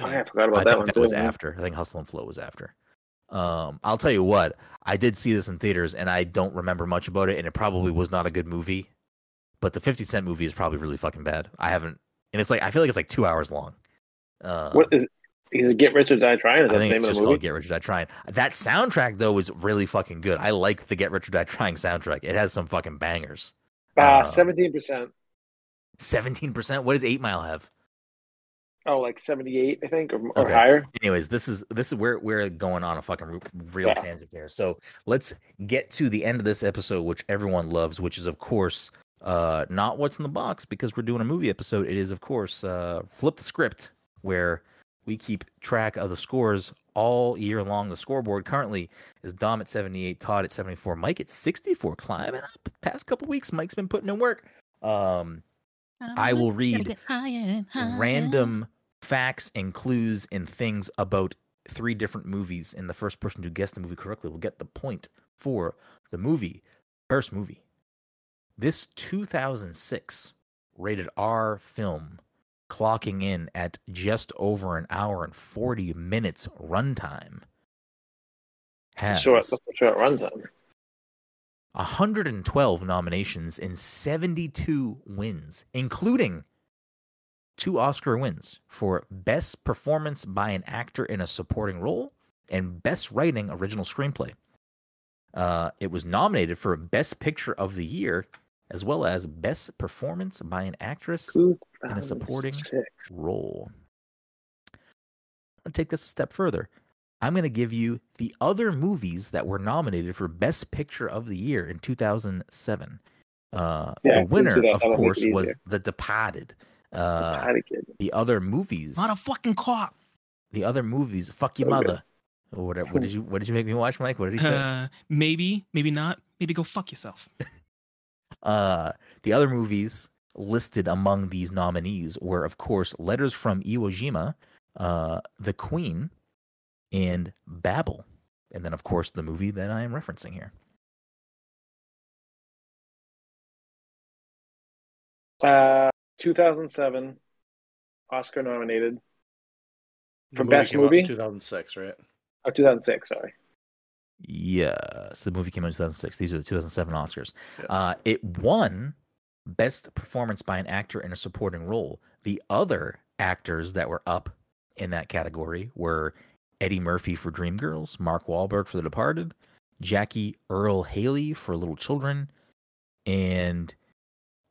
Speaker 3: Oh, yeah, I forgot about
Speaker 1: I
Speaker 3: that
Speaker 1: think
Speaker 3: one.
Speaker 1: that
Speaker 3: too, Mm-hmm.
Speaker 1: was
Speaker 3: man.
Speaker 1: after. I think Hustle and Flow was after. Um, I'll tell you what, I did see this in theaters, and I don't remember much about it, and it probably was not a good movie. But the Fifty Cent movie is probably really fucking bad. I haven't, and it's like I feel like it's like two hours long. Uh,
Speaker 3: What is? Is it Get Rich or Die Trying? Is
Speaker 1: I
Speaker 3: that the
Speaker 1: think
Speaker 3: name
Speaker 1: it's
Speaker 3: of
Speaker 1: just
Speaker 3: the movie?
Speaker 1: called Get Rich or Die Trying. That soundtrack though is really fucking good. I like the Get Rich or Die Trying soundtrack. It has some fucking bangers.
Speaker 3: Ah,
Speaker 1: uh,
Speaker 3: seventeen percent.
Speaker 1: Seventeen percent. What does Eight Mile have?
Speaker 3: Oh, like seventy-eight, I think, or, or
Speaker 1: Okay.
Speaker 3: higher.
Speaker 1: anyways this is this is we're we're going on a fucking r- real
Speaker 3: Yeah.
Speaker 1: tangent here so let's get to the end of this episode which everyone loves which is of course uh not what's in the box because we're doing a movie episode it is of course uh flip the script where we keep track of the scores all year long the scoreboard currently is dom at 78 todd at 74 mike at 64 climbing up past couple weeks mike's been putting in work um I will read random facts and clues and things about three different movies, and the first person to guess the movie correctly will get the point for the movie. First movie. This 2006 rated R film, clocking in at just over an hour and 40 minutes runtime, has
Speaker 3: Short. That's what short runs on.
Speaker 1: 112 nominations and 72 wins, including two Oscar wins for Best Performance by an Actor in a Supporting Role and Best Writing Original Screenplay. Uh, it was nominated for Best Picture of the Year as well as Best Performance by an Actress a supporting-
Speaker 3: 2006.
Speaker 1: role. I'm going to take this a step further. I'm going to give you the other movies that were nominated for Best Picture of the Year in 2007. Uh,
Speaker 3: Yeah,
Speaker 1: the
Speaker 3: let's do
Speaker 1: winner,
Speaker 3: that.
Speaker 1: of
Speaker 3: That'll make it
Speaker 1: course, was
Speaker 3: easier.
Speaker 1: The Departed. Uh,
Speaker 3: Had a kid.
Speaker 1: the other movies,
Speaker 2: Not a fucking cop.
Speaker 1: the other movies, fuck your
Speaker 3: So good.
Speaker 1: mother. Or whatever. What did you What did you make me watch, Mike? What did he say?
Speaker 2: Uh, maybe, maybe not. Maybe go fuck yourself.
Speaker 1: Uh, the other movies listed among these nominees were, of course, Letters from Iwo Jima, uh, The Queen, and Babel. And then, of course, the movie that I am referencing here.
Speaker 3: Uh, 2007, Oscar nominated. For best
Speaker 4: came out in
Speaker 3: movie?
Speaker 4: 2006, right?
Speaker 3: Oh, 2006, sorry.
Speaker 1: Yes, the movie came out in 2006. These are the 2007 Oscars. Uh, it won Best Performance by an Actor in a Supporting Role. The other actors that were up in that category were Eddie Murphy for Dreamgirls, Mark Wahlberg for The Departed, Jackie Earl Haley for Little Children, and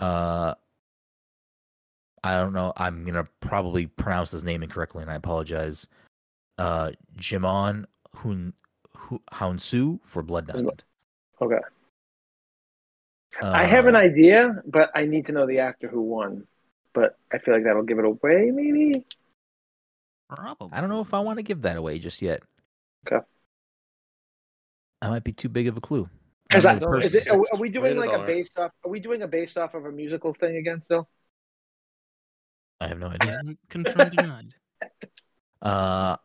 Speaker 1: uh, I don't know. I'm gonna probably pronounce his name incorrectly, and I apologize. Uh, Jimon Hun Hu- Hounsu for Blood
Speaker 3: Is it-
Speaker 1: Diamond.
Speaker 3: Okay. I have an
Speaker 1: Uh,
Speaker 3: idea, but I need to know the actor who won. But I feel like that'll give it away, maybe.
Speaker 2: Probably.
Speaker 1: I don't know if I want to give that away just yet.
Speaker 3: Okay.
Speaker 1: That might be too big of a clue. I
Speaker 3: Is,
Speaker 1: don't
Speaker 3: that,
Speaker 1: know the
Speaker 3: is
Speaker 1: person.
Speaker 3: it, are, are we doing
Speaker 4: Rated
Speaker 3: like a
Speaker 4: R.
Speaker 3: based off? Are we doing a based off of a musical thing again? Still,
Speaker 1: I have no idea.
Speaker 2: Con- Confirmed denied.
Speaker 1: Uh,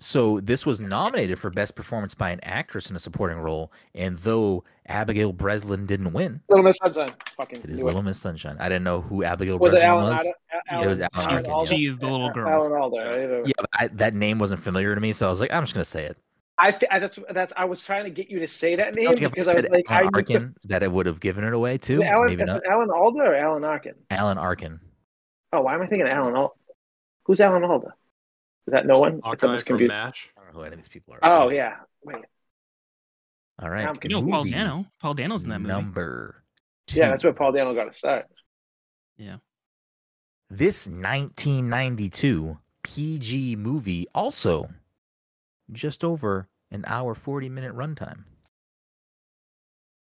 Speaker 1: so this was nominated for best performance by an actress in a supporting role, and though Abigail Breslin didn't win,
Speaker 3: Little Miss Sunshine. Fucking.
Speaker 1: it is
Speaker 3: knew
Speaker 1: Little Miss Sunshine. I didn't know who Abigail
Speaker 3: Was it
Speaker 1: Breslin
Speaker 3: Alan?
Speaker 1: was.
Speaker 3: Ada- A-
Speaker 1: Yeah, it was
Speaker 3: Alan-
Speaker 1: Alan Alda,
Speaker 3: Alan
Speaker 2: She's,
Speaker 3: Alda?
Speaker 2: she is the little girl.
Speaker 3: Alan Alder.
Speaker 1: yeah, but I, that name wasn't familiar to me, so I was like, I'm just gonna say it.
Speaker 3: I, th- I that's that's I was trying to get you to say that
Speaker 1: I
Speaker 3: name
Speaker 1: don't think if
Speaker 3: because
Speaker 1: I
Speaker 3: I was
Speaker 1: said
Speaker 3: like, I
Speaker 1: Alan
Speaker 3: need to-
Speaker 1: Arkin, that it would have given it away
Speaker 3: is
Speaker 1: too.
Speaker 3: it Alan,
Speaker 1: Maybe
Speaker 3: is
Speaker 1: not.
Speaker 3: it Alan Alda or Alan Arkin?
Speaker 1: Alan Arkin.
Speaker 3: Oh, why am I thinking Alan Alda? Who's Alan Alda? Is that no one? It's on
Speaker 5: Hawkeye
Speaker 3: this
Speaker 5: from
Speaker 3: computer.
Speaker 5: Match.
Speaker 1: I don't know who any of these people are.
Speaker 3: Oh
Speaker 1: so-
Speaker 3: yeah. Wait.
Speaker 1: All right.
Speaker 3: I'm
Speaker 2: You know Paul
Speaker 1: movie
Speaker 2: Dano. Paul Dano's in that movie.
Speaker 1: Number.
Speaker 3: Yeah,
Speaker 1: two.
Speaker 3: that's where Paul Dano got to start.
Speaker 1: This 1992 PG movie also just over an hour 40 minute runtime.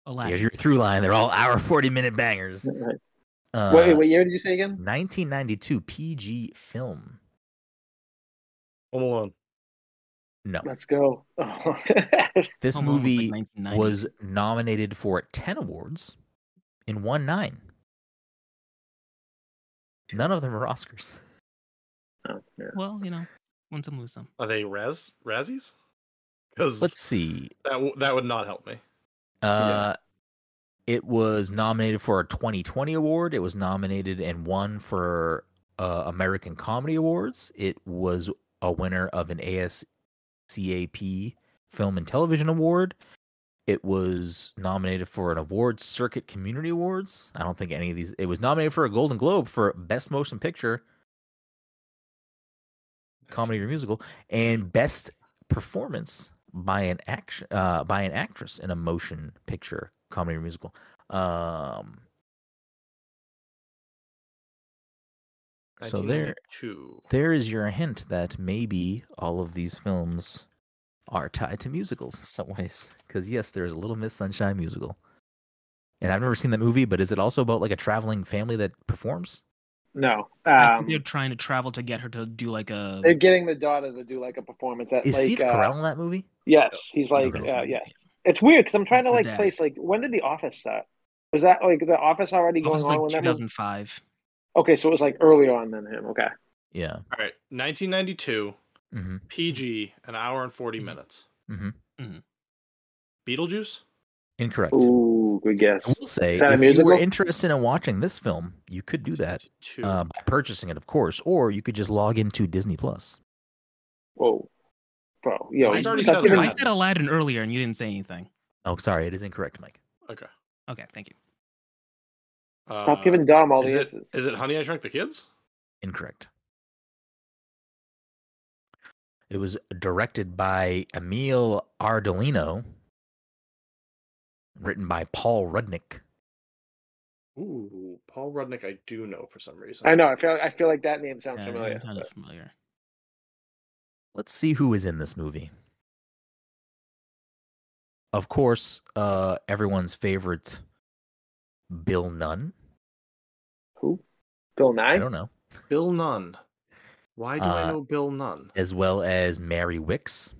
Speaker 2: Aladdin.
Speaker 1: Here's your through line. They're all hour 40 minute bangers.
Speaker 3: Right.
Speaker 1: Uh,
Speaker 3: Wait, what year did you say again?
Speaker 1: 1992 PG film.
Speaker 5: Home Alone.
Speaker 1: No.
Speaker 3: Let's go. Oh.
Speaker 1: This
Speaker 2: Home Alone was, like,
Speaker 1: movie
Speaker 2: 1990.
Speaker 1: was nominated for 10 awards and won nine. None of them are Oscars.
Speaker 3: Oh, yeah.
Speaker 2: well, you know, win some, lose some.
Speaker 5: Are they Raz Razzies? Because that
Speaker 1: Let's see.
Speaker 5: w- that would not help me.
Speaker 1: Uh, it was nominated for a 2020 award. It was nominated and won for uh, American Comedy Awards. It was a winner of an ASCAP Film and Television Award. It was nominated for an award circuit community awards. I don't think any of these. It was nominated for a Golden Globe for Best Motion Picture, Comedy or Musical, and Best Performance by an action uh, by an actress in a motion picture, comedy or musical. Um, So there-
Speaker 5: 1992.
Speaker 1: there is your hint that maybe all of these films are tied to musicals in some ways. Because yes, there is a Little Miss Sunshine musical, and I've never seen that movie. But is it also about like a traveling family that performs?
Speaker 3: No.
Speaker 2: I think
Speaker 3: Um,
Speaker 2: they're trying to travel to get her to do like a.
Speaker 3: they're getting the daughter to do like a performance at
Speaker 1: Is
Speaker 3: like
Speaker 1: Steve
Speaker 3: uh,
Speaker 1: Carell in that movie?
Speaker 3: Yes, he's
Speaker 1: No,
Speaker 3: like
Speaker 1: no.
Speaker 3: uh, yes. It's weird because I'm trying to
Speaker 2: Good
Speaker 3: like
Speaker 2: dad.
Speaker 3: place like when did the office start? Was that like the office already going
Speaker 2: Office is
Speaker 3: on
Speaker 2: like
Speaker 3: when that was?
Speaker 2: 2005.
Speaker 3: Okay, so it was like earlier on than him. Okay,
Speaker 1: Yeah.
Speaker 5: All right, 1992,
Speaker 1: hmm
Speaker 5: PG, an hour and 40
Speaker 2: Mhm.
Speaker 5: minutes.
Speaker 1: Mhm.
Speaker 5: Mm-hmm.
Speaker 2: Mhm.
Speaker 5: Beetlejuice?
Speaker 1: Incorrect.
Speaker 3: ooh,
Speaker 1: I
Speaker 3: good guess.
Speaker 1: will say,
Speaker 3: Is that a
Speaker 1: if you were
Speaker 3: musical?
Speaker 1: interested in watching this film, you could do that
Speaker 5: Two.
Speaker 1: uh, by purchasing it, of course, or you could just log into Disney Plus.
Speaker 3: Whoa, bro, yo,
Speaker 2: I,
Speaker 5: he's already
Speaker 3: stop
Speaker 5: said
Speaker 3: giving
Speaker 2: I
Speaker 5: Aladdin.
Speaker 2: said Aladdin earlier and you didn't say anything.
Speaker 1: Oh, sorry, it is incorrect, Mike.
Speaker 5: okay.
Speaker 2: Okay, thank you.
Speaker 5: Uh,
Speaker 3: stop giving Dom all
Speaker 5: is
Speaker 3: the
Speaker 5: it,
Speaker 3: answers.
Speaker 5: is it Honey I Shrunk the Kids?
Speaker 1: Incorrect. It was directed by Emil Ardolino, written by Paul Rudnick.
Speaker 5: Ooh, Paul Rudnick, I do know for some reason.
Speaker 3: I know. I feel. I feel like that name sounds
Speaker 2: Yeah,
Speaker 3: familiar.
Speaker 2: kind of familiar.
Speaker 1: Let's see who is in this movie. Of course, uh, everyone's favorite Bill Nunn.
Speaker 3: Who? Bill
Speaker 1: I
Speaker 3: Nye.
Speaker 1: don't know.
Speaker 5: Bill Nunn. Why do
Speaker 1: Uh,
Speaker 5: I know Bill Nunn?
Speaker 1: As well as Mary Wicks.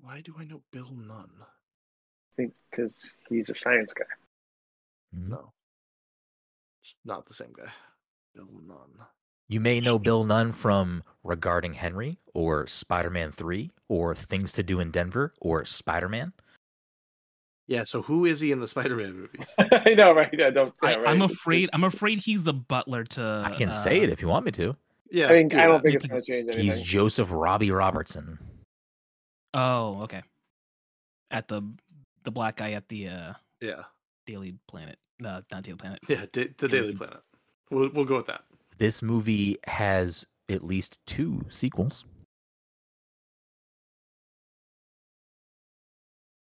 Speaker 5: Why do I know Bill Nunn?
Speaker 3: think because he's a science guy.
Speaker 1: Hmm?
Speaker 5: No. It's not the same guy. Bill Nunn.
Speaker 1: You may know Bill Nunn from Regarding Henry or Spider Man 3 or Things to Do in Denver or Spider Man.
Speaker 5: Yeah, so who is he in the Spider Man movies?
Speaker 3: I know, right? I don't. yeah,
Speaker 2: I,
Speaker 3: right?
Speaker 2: I'm afraid. I'm afraid he's the butler to. uh,
Speaker 1: I can say it if you want me to.
Speaker 5: Yeah,
Speaker 3: I mean,
Speaker 5: do
Speaker 3: I don't
Speaker 5: that.
Speaker 3: think it's going to change
Speaker 1: He's
Speaker 3: anything.
Speaker 1: Joseph Robbie Robertson.
Speaker 2: Oh, okay. At the the black guy at the uh
Speaker 5: Yeah,
Speaker 2: Daily Planet. No, not Daily Planet.
Speaker 5: yeah. Da- the Daily
Speaker 4: Mm.
Speaker 2: Mhm.
Speaker 5: Planet. We'll we'll go with that.
Speaker 1: This movie has at least two sequels.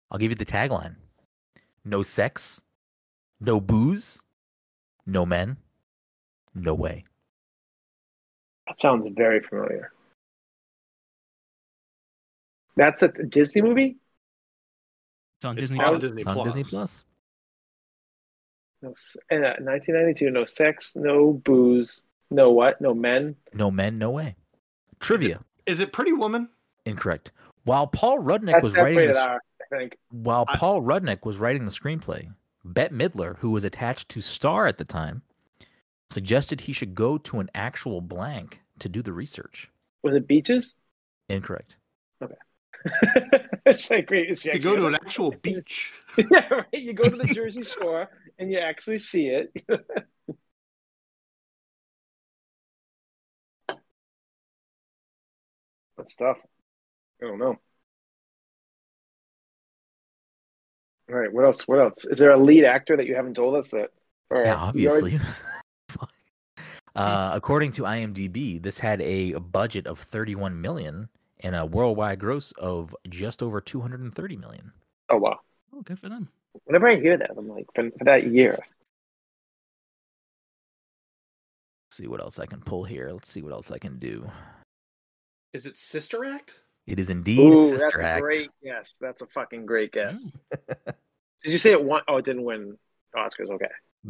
Speaker 1: I'll give you the tagline No sex, no booze, no men, no way.
Speaker 3: That sounds very familiar. That's a Disney movie?
Speaker 2: It's on
Speaker 5: It's
Speaker 2: Disney.
Speaker 5: on
Speaker 2: Plus.
Speaker 5: Disney
Speaker 1: It's on
Speaker 5: Plus.
Speaker 1: Disney Plus.
Speaker 3: No, s- uh, 1992. No sex, no booze, no what? No men.
Speaker 1: No men, no way. Trivia
Speaker 5: Is it Pretty Woman?
Speaker 1: incorrect. While Paul Rudnick
Speaker 3: That's
Speaker 1: was writing
Speaker 3: separated
Speaker 1: this,
Speaker 3: R, I think.
Speaker 1: while
Speaker 5: I-
Speaker 1: Paul Rudnick was writing the screenplay, Bette Midler, who was attached to Star at the time, suggested he should go to an actual blank to do the research.
Speaker 3: Was it beaches?
Speaker 1: Incorrect.
Speaker 3: it's like great. it's
Speaker 5: You
Speaker 3: actually-
Speaker 5: go to an actual beach.
Speaker 3: yeah, right. You go to the Jersey Shore and you actually see it. Good stuff. I don't know. All right. What else? What else? Is there a lead actor that you haven't told us that? Or
Speaker 1: Yeah,
Speaker 3: you already-
Speaker 1: obviously. uh, according to IMDb, this had a budget of 31 million and a worldwide gross of just over 230 million.
Speaker 3: Oh wow.
Speaker 2: Oh, good for them.
Speaker 3: Whenever I hear that, I'm like, for, for that year.
Speaker 1: Let's see what else I can pull here. Let's see what else I can do.
Speaker 4: Is it Sister Act?
Speaker 1: It is indeed
Speaker 3: Ooh, that's
Speaker 1: Sister
Speaker 3: a
Speaker 1: Act.
Speaker 3: great guess. That's a fucking great guess.
Speaker 2: Mm.
Speaker 3: Did you say it won? Oh, it didn't win Oscars. Okay.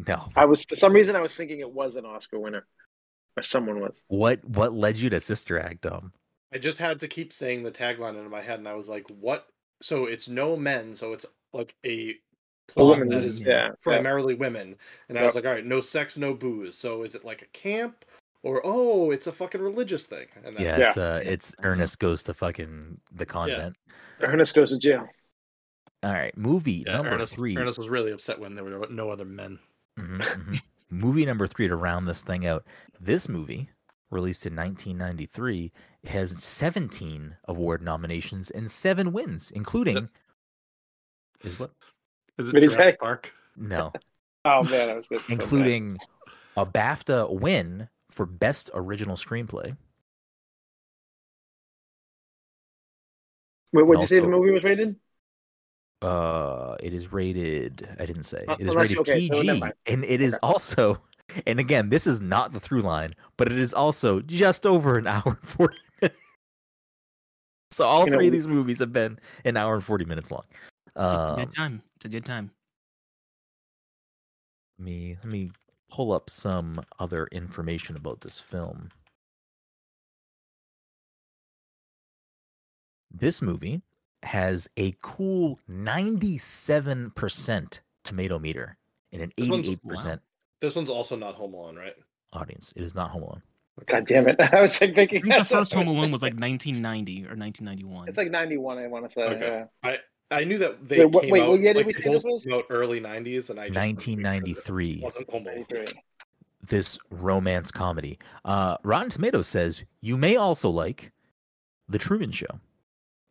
Speaker 1: No.
Speaker 3: I was for some reason I was thinking it was an Oscar winner, or someone was.
Speaker 1: What what led you to Sister Act, Dom?
Speaker 4: I just had to keep saying the tagline in my head, and I was like, "What?" So it's no men, so it's like a
Speaker 2: Oh,
Speaker 3: A
Speaker 4: plot
Speaker 3: woman
Speaker 4: that
Speaker 3: that is
Speaker 4: is
Speaker 3: yeah. yeah.
Speaker 4: primarily women. And I was like, "All right, no sex, no booze." So is it like a camp, or oh, it's a fucking religious thing? And that's Mm-hmm.
Speaker 1: Yeah,
Speaker 4: it.
Speaker 1: it's uh
Speaker 2: Yeah.
Speaker 1: it's Ernest goes to fucking the convent.
Speaker 3: Ernest goes to jail.
Speaker 1: All right, movie
Speaker 4: Yeah,
Speaker 1: number
Speaker 4: Ernest,
Speaker 1: 3.
Speaker 4: Ernest was really upset when there were no other men.
Speaker 1: Mhm, mhm. movie number three to round this thing out. This movie, released in 1993, has 17 award nominations and seven wins, including. Is what?
Speaker 5: Is it
Speaker 3: What'd he
Speaker 5: Jurassic
Speaker 3: say?
Speaker 5: Park?
Speaker 1: No,
Speaker 3: Oh man, I was good.
Speaker 1: including a BAFTA win for Best Original Screenplay.
Speaker 3: Wait, what'd you say the
Speaker 1: Also-
Speaker 3: movie was rated?
Speaker 1: Uh, it is rated. I didn't say
Speaker 3: Uh,
Speaker 1: it is
Speaker 3: unless-
Speaker 1: rated
Speaker 3: okay, so never
Speaker 1: PG,
Speaker 3: mind.
Speaker 1: and it is also. And again, this is not the through line, but it is also just over an hour and forty minutes. So all
Speaker 3: You know,
Speaker 1: three of these movies have been an hour and forty minutes long.
Speaker 2: it's a
Speaker 1: Um,
Speaker 2: good time. It's a good time.
Speaker 1: let me let me pull up some other information about this film. This movie has a cool ninety-seven percent tomato meter and an
Speaker 4: This one's-
Speaker 1: eighty-eight percent
Speaker 4: This one's also not Home Alone, right?
Speaker 1: audience. It is not Home Alone.
Speaker 3: God damn it! I was like
Speaker 2: I
Speaker 3: thinking
Speaker 2: think the first Home Alone was like 1990 or 1991.
Speaker 3: It's like ninety-one. I want to say.
Speaker 4: Okay.
Speaker 3: yeah.
Speaker 4: I knew that they
Speaker 3: Wait, what-
Speaker 4: came
Speaker 3: wait,
Speaker 4: out,
Speaker 3: what year did
Speaker 4: like,
Speaker 3: we
Speaker 4: they
Speaker 3: say this
Speaker 4: both
Speaker 3: was?
Speaker 4: came out early '90s, and I just
Speaker 1: Nineteen ninety-three.
Speaker 4: wasn't Home Alone.
Speaker 3: 93.
Speaker 1: This romance comedy. Uh, Rotten Tomatoes says you may also like The Truman Show,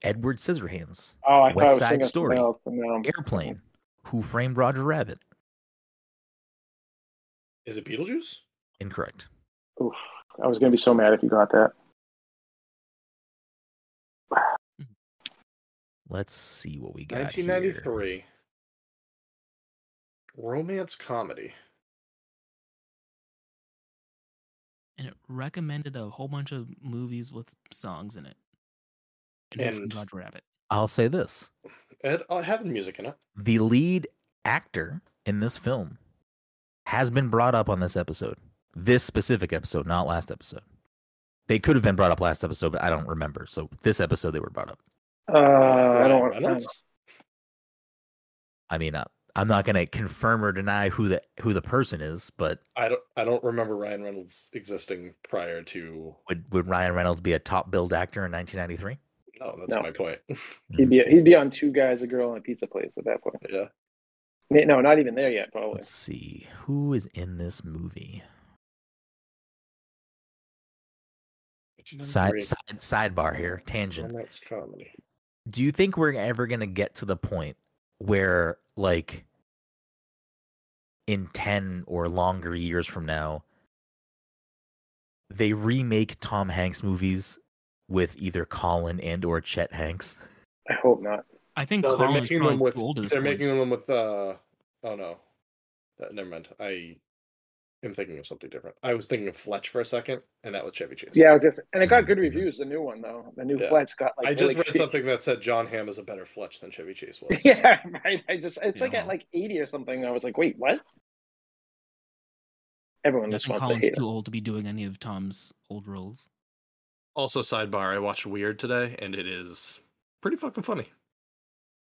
Speaker 1: Edward Scissorhands,
Speaker 3: Oh, I
Speaker 1: West
Speaker 3: thought I was
Speaker 1: Side
Speaker 3: thinking of
Speaker 1: Story.
Speaker 3: something else, and now I'm-
Speaker 1: Airplane, Who Framed Roger Rabbit.
Speaker 4: Is it Beetlejuice?
Speaker 1: Incorrect.
Speaker 3: Oof, I was gonna be so mad if you got that.
Speaker 1: Let's see what we got. 1993.
Speaker 4: 1993. Romance comedy.
Speaker 2: and it recommended a whole bunch of movies with songs in it. And, Who Framed
Speaker 4: And-
Speaker 2: Roger Rabbit.
Speaker 1: I'll say this
Speaker 4: It uh, had music in it.
Speaker 1: the lead actor in this film has been brought up on this episode, this specific episode, not last episode. They could have been brought up last episode, but I don't remember. So this episode, they were brought up.
Speaker 3: Uh, I don't
Speaker 4: Ryan
Speaker 3: want to.
Speaker 4: Reynolds?
Speaker 1: I mean, uh, I'm not going to confirm or deny who the who the person is, but
Speaker 4: I don't. I don't remember Ryan Reynolds existing prior to.
Speaker 1: would would Ryan Reynolds be a top billed actor in 1993?
Speaker 4: No, that's
Speaker 3: No.
Speaker 4: my point.
Speaker 3: He'd be he'd be on two guys, a girl, and a pizza place at that point.
Speaker 4: yeah.
Speaker 3: No, not even there yet. Probably.
Speaker 1: Let's see who is in this movie. Side, side sidebar here, tangent.
Speaker 5: that's comedy.
Speaker 1: do you think we're ever going to get to the point where like in 10 or longer years from now they remake tom hanks movies with either colin and or chet hanks
Speaker 3: I hope not.
Speaker 2: I think
Speaker 4: No, they're
Speaker 2: Colin is
Speaker 4: making
Speaker 2: probably
Speaker 4: them with.
Speaker 2: too old at this
Speaker 4: They're
Speaker 2: point.
Speaker 4: making them with. Uh, oh no, that, never mind. I am thinking of something different. I was thinking of Fletch for a second, and that was Chevy Chase.
Speaker 3: Yeah, I was just, and it got good reviews. The new one though, the new
Speaker 4: Yeah.
Speaker 3: Fletch got like.
Speaker 4: I just
Speaker 3: really
Speaker 4: read
Speaker 3: good-
Speaker 4: something that said John Hamm is a better Fletch than Chevy Chase was.
Speaker 3: Yeah, right. I just it's like
Speaker 2: Yeah.
Speaker 3: at like eighty or something. I was like, wait, what? Everyone
Speaker 2: I
Speaker 3: just
Speaker 2: think
Speaker 3: wants to
Speaker 2: Colin's
Speaker 3: hate.
Speaker 2: too old to be doing any of Tom's old roles.
Speaker 4: Also, sidebar: I watched Weird today, and it is pretty fucking funny.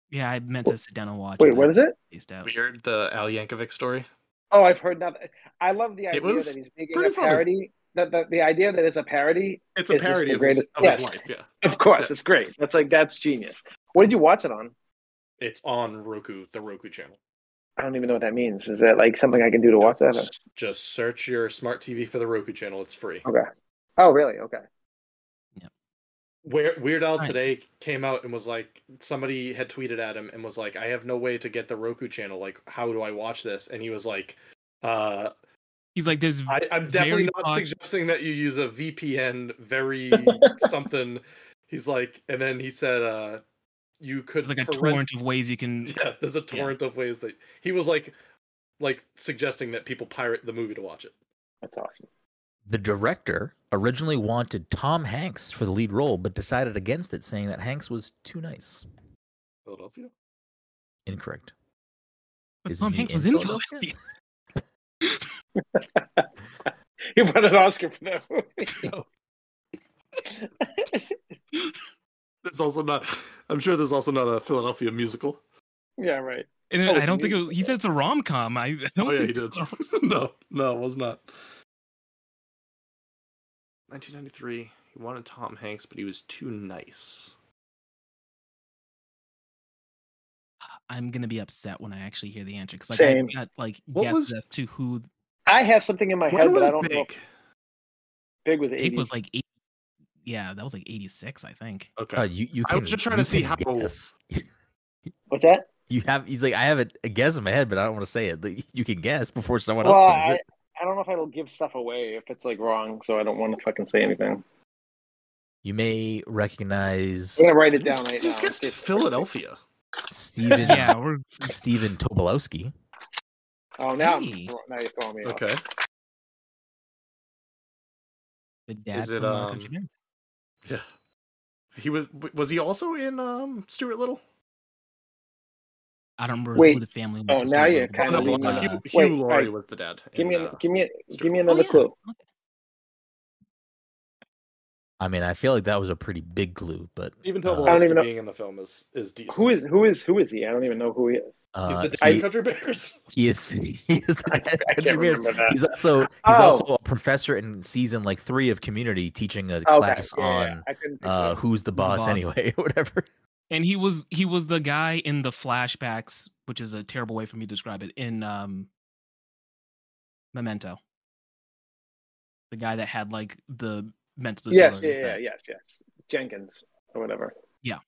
Speaker 2: Yeah, I meant to sit down and watch.
Speaker 3: Wait, what is it?
Speaker 2: Based out.
Speaker 4: Weird, the Al Yankovic story.
Speaker 3: Oh, I've heard that. I love the idea
Speaker 4: was
Speaker 3: that he's making a
Speaker 4: pretty funny.
Speaker 3: parody. That the, the idea that it's a parody.
Speaker 4: It's
Speaker 3: a It's just parody the of his- greatest- of his yes. life,
Speaker 4: Yeah,
Speaker 3: Of course, it's great. That's like that's genius. What did you watch it on?
Speaker 4: it's on Roku, the Roku channel.
Speaker 3: I don't even know what that means. Is that like something I can do to watch that?
Speaker 4: S- Just search your smart TV for the Roku channel. It's free.
Speaker 3: Okay. Oh, really? Okay.
Speaker 4: Where Weird Al
Speaker 2: Right.
Speaker 4: today came out and was like, somebody had tweeted at him and was like, I have no way to get the Roku channel. Like, how do I watch this? And he was like, uh,
Speaker 2: He's like, there's.
Speaker 4: I, I'm definitely
Speaker 2: Very
Speaker 4: not
Speaker 2: much-
Speaker 4: suggesting that you use a VPN. Very something. He's like, and then he said, uh, you could
Speaker 2: There's like a
Speaker 4: torrent-
Speaker 2: torrent of ways you can.
Speaker 4: Yeah, there's a torrent of ways that he was like, like suggesting that people pirate the movie to watch it.
Speaker 3: That's awesome.
Speaker 1: the director originally wanted tom hanks for the lead role but decided against it saying that hanks was too nice
Speaker 4: Philadelphia.
Speaker 1: incorrect
Speaker 2: But
Speaker 1: Is
Speaker 2: Tom
Speaker 1: he
Speaker 2: Hanks
Speaker 1: in
Speaker 2: was in
Speaker 1: Philadelphia?
Speaker 2: Philadelphia.
Speaker 3: You won an Oscar for that movie.
Speaker 4: There's also not. I'm sure there's also not a Philadelphia musical.
Speaker 3: yeah, right.
Speaker 2: And
Speaker 3: Oh, it's
Speaker 2: I don't think it
Speaker 3: musical.
Speaker 2: was, he said it's a rom com. I I
Speaker 4: Oh,
Speaker 2: don't think it's a-
Speaker 4: no, no, it was not. 1993. He wanted Tom Hanks, but he was too nice.
Speaker 2: I'm gonna be upset when I actually hear the answer because like
Speaker 3: Same.
Speaker 2: I've got like
Speaker 4: What
Speaker 2: guesses
Speaker 4: was-
Speaker 2: as to who
Speaker 3: I have something in my
Speaker 4: When
Speaker 3: head, but
Speaker 4: was
Speaker 3: I don't know.
Speaker 4: big?
Speaker 3: If big was
Speaker 2: it
Speaker 3: eighty.
Speaker 2: was like eight. Yeah, that was like 86, I think.
Speaker 4: Okay.
Speaker 1: uh, you, you
Speaker 4: I
Speaker 1: can,
Speaker 4: was just trying
Speaker 1: you
Speaker 4: to see
Speaker 1: can
Speaker 4: how-
Speaker 1: guess.
Speaker 3: What's that?
Speaker 1: you have he's like i have a, a guess in my head but i don't want to say it Like, you can guess before someone
Speaker 3: well,
Speaker 1: else says
Speaker 3: I,
Speaker 1: it
Speaker 3: I don't know if I'll give stuff away if it's like wrong, so I don't want to fucking say anything.
Speaker 1: you may recognize
Speaker 3: I'm gonna write it down right
Speaker 4: just
Speaker 3: now.
Speaker 4: guessed Philadelphia.
Speaker 1: Steven
Speaker 2: yeah, we're
Speaker 1: Steven Tobolowski.
Speaker 3: Oh, now I'm-
Speaker 2: Hey.
Speaker 3: now you're throwing me. off.
Speaker 4: Okay.
Speaker 2: the dad.
Speaker 4: Is it,
Speaker 2: from, uh, Country
Speaker 4: um,
Speaker 2: Bears.
Speaker 4: Yeah. He was was he also in um Stuart Little?
Speaker 2: I don't remember
Speaker 3: wait.
Speaker 2: who the family was.
Speaker 3: Oh,
Speaker 2: It was
Speaker 3: now
Speaker 2: like
Speaker 3: you're
Speaker 2: the
Speaker 3: kind
Speaker 4: no,
Speaker 3: of
Speaker 2: brother was,
Speaker 4: Hugh,
Speaker 3: leaving
Speaker 2: uh,
Speaker 4: Hugh
Speaker 3: Wait, wait.
Speaker 4: Laurie was the dad.
Speaker 3: Give
Speaker 4: in,
Speaker 3: me,
Speaker 4: uh,
Speaker 3: give me, give me
Speaker 4: Oh,
Speaker 3: another
Speaker 2: yeah.
Speaker 3: clue.
Speaker 1: I mean, I feel like that was a pretty big clue, but
Speaker 4: Even
Speaker 1: uh,
Speaker 4: though
Speaker 1: I
Speaker 3: don't even know-
Speaker 4: being in the film is is decent.
Speaker 3: Who is, who is, who is he? I don't even know who he is.
Speaker 4: He's
Speaker 1: uh,
Speaker 4: the dad
Speaker 1: he,
Speaker 4: in Country Bears.
Speaker 1: he is he is the dad
Speaker 3: I
Speaker 1: of
Speaker 3: can't
Speaker 1: Country Bears.
Speaker 3: remember that.
Speaker 1: He's also he's
Speaker 3: Oh.
Speaker 1: also a professor in season like three of Community, teaching a class
Speaker 3: yeah, yeah,
Speaker 1: on
Speaker 3: yeah. I couldn't think
Speaker 1: uh,
Speaker 3: of it.
Speaker 1: who's the boss,
Speaker 2: boss?
Speaker 1: anyway, or whatever.
Speaker 2: And he was he was the guy in the flashbacks, which is a terrible way for me to describe it. In um, Memento, the guy that had like the mental disorder.
Speaker 3: Yes,
Speaker 2: and
Speaker 3: yeah,
Speaker 2: the-
Speaker 3: yeah, yes, yes. Jenkins or whatever.
Speaker 2: Yeah.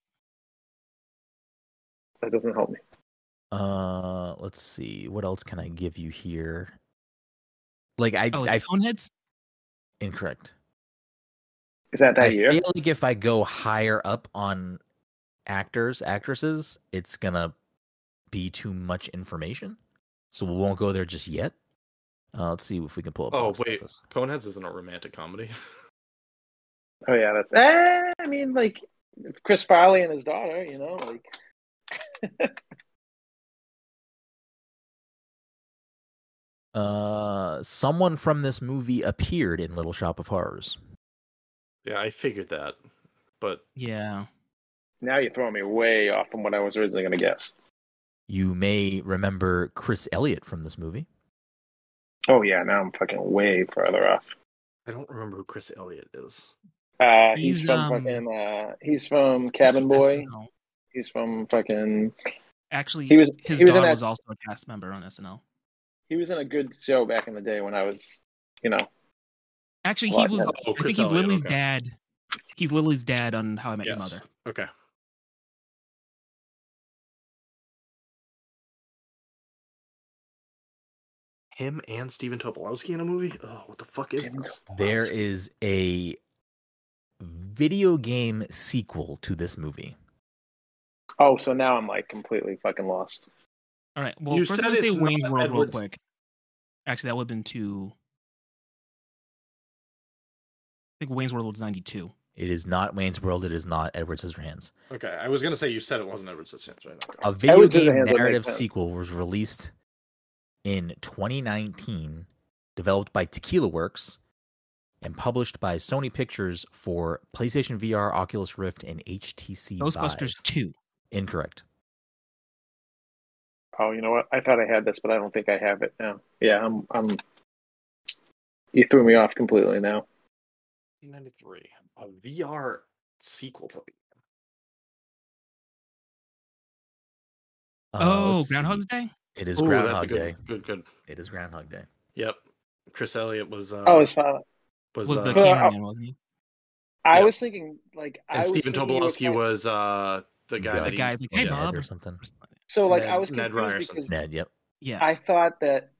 Speaker 3: That doesn't help me.
Speaker 1: Uh, let's see, what else can I give you here? Like I,
Speaker 2: Oh, is
Speaker 1: I
Speaker 2: it Coneheads?
Speaker 1: incorrect.
Speaker 3: Is that that
Speaker 1: I
Speaker 3: year?
Speaker 1: feel like if I go higher up on actors, actresses, it's gonna be too much information. So we won't go there just yet. Uh, let's see if we can pull up.
Speaker 4: Oh
Speaker 1: box
Speaker 4: wait,
Speaker 1: office.
Speaker 4: Coneheads isn't a romantic comedy.
Speaker 3: Oh yeah, that's. Eh, I mean, like Chris Farley and his daughter. You know, like
Speaker 1: Uh, someone from this movie appeared in Little Shop of Horrors.
Speaker 4: yeah, I figured that, but
Speaker 2: Yeah,
Speaker 3: now you're throwing me way off from what I was originally gonna guess.
Speaker 1: You may remember Chris Elliott from this movie.
Speaker 3: Oh yeah, now I'm fucking way further off.
Speaker 4: I don't remember who Chris Elliott is.
Speaker 3: Uh, he's,
Speaker 2: He's,
Speaker 3: from
Speaker 2: um,
Speaker 3: fucking. Uh, he's from Cabin Boy.
Speaker 2: SNL.
Speaker 3: He's from fucking.
Speaker 2: Actually,
Speaker 3: He was-
Speaker 2: his
Speaker 3: he was in
Speaker 2: daughter
Speaker 3: that-
Speaker 2: was also a cast member on SNL.
Speaker 3: He was in a good show back in the day when I was, you know.
Speaker 2: Actually,
Speaker 3: Well,
Speaker 2: he was.
Speaker 3: no.
Speaker 4: Oh,
Speaker 2: I think
Speaker 4: Chris
Speaker 2: he's
Speaker 4: Elliott,
Speaker 2: Lily's
Speaker 4: okay.
Speaker 2: dad. He's Lily's dad on How I Met Your
Speaker 4: Yes.
Speaker 2: Mother.
Speaker 4: Okay.
Speaker 5: Him and Steven Tobolowski in a movie? Oh, what the fuck is
Speaker 3: Steven
Speaker 5: this?
Speaker 1: There is a video game sequel to this movie.
Speaker 3: Oh, so now I'm like completely fucking lost.
Speaker 2: All right. Well,
Speaker 5: You
Speaker 2: first
Speaker 5: said
Speaker 2: I'm gonna
Speaker 5: it's
Speaker 2: say
Speaker 5: not
Speaker 2: Wayne's World
Speaker 5: Edward's-
Speaker 2: real quick. Actually, that would have been two. I think Wayne's World was ninety two.
Speaker 1: It is not Wayne's World. It is not Edward Scissorhands.
Speaker 5: Okay, I was gonna say you said it wasn't Edward Scissorhands, right? Okay.
Speaker 1: A video
Speaker 3: Edward Scissorhands
Speaker 1: game
Speaker 3: would make
Speaker 1: narrative
Speaker 3: sense.
Speaker 1: sequel was released in 2019, developed by Tequila Works and published by Sony Pictures for PlayStation VR, Oculus Rift, and HTC Vive.
Speaker 2: Ghostbusters two.
Speaker 1: Incorrect.
Speaker 3: Oh, you know what? I thought I had this, but I don't think I have it now. Yeah, I'm. I'm. You threw me off completely now.
Speaker 5: 1993, a VR sequel to the
Speaker 1: Uh,
Speaker 2: oh,
Speaker 1: let's see.
Speaker 2: Groundhog's Day.
Speaker 1: It is
Speaker 5: Ooh, that'd be
Speaker 1: Groundhog
Speaker 5: good.
Speaker 1: Day.
Speaker 5: Good, good.
Speaker 1: It is Groundhog Day.
Speaker 5: Yep. Chris Elliott was. Uh,
Speaker 3: Oh, it's fine.
Speaker 5: was,
Speaker 2: Was the
Speaker 5: uh,
Speaker 3: For-
Speaker 2: cameraman, wasn't he?
Speaker 3: I
Speaker 5: yeah.
Speaker 3: was thinking like I
Speaker 5: and
Speaker 3: was
Speaker 5: Stephen
Speaker 3: thinking you were
Speaker 5: Tobolowski
Speaker 3: kind-
Speaker 5: was uh, the guy.
Speaker 1: Gus.
Speaker 5: That
Speaker 2: The guy's
Speaker 5: he,
Speaker 2: like, "Hey,
Speaker 5: yeah.
Speaker 1: Ned
Speaker 2: Bob."
Speaker 1: or something.
Speaker 3: So like
Speaker 5: Ned-
Speaker 3: I was
Speaker 5: Ned
Speaker 3: confused
Speaker 5: Ryerson.
Speaker 3: because
Speaker 1: Ned. Yep.
Speaker 2: Yeah.
Speaker 3: I thought that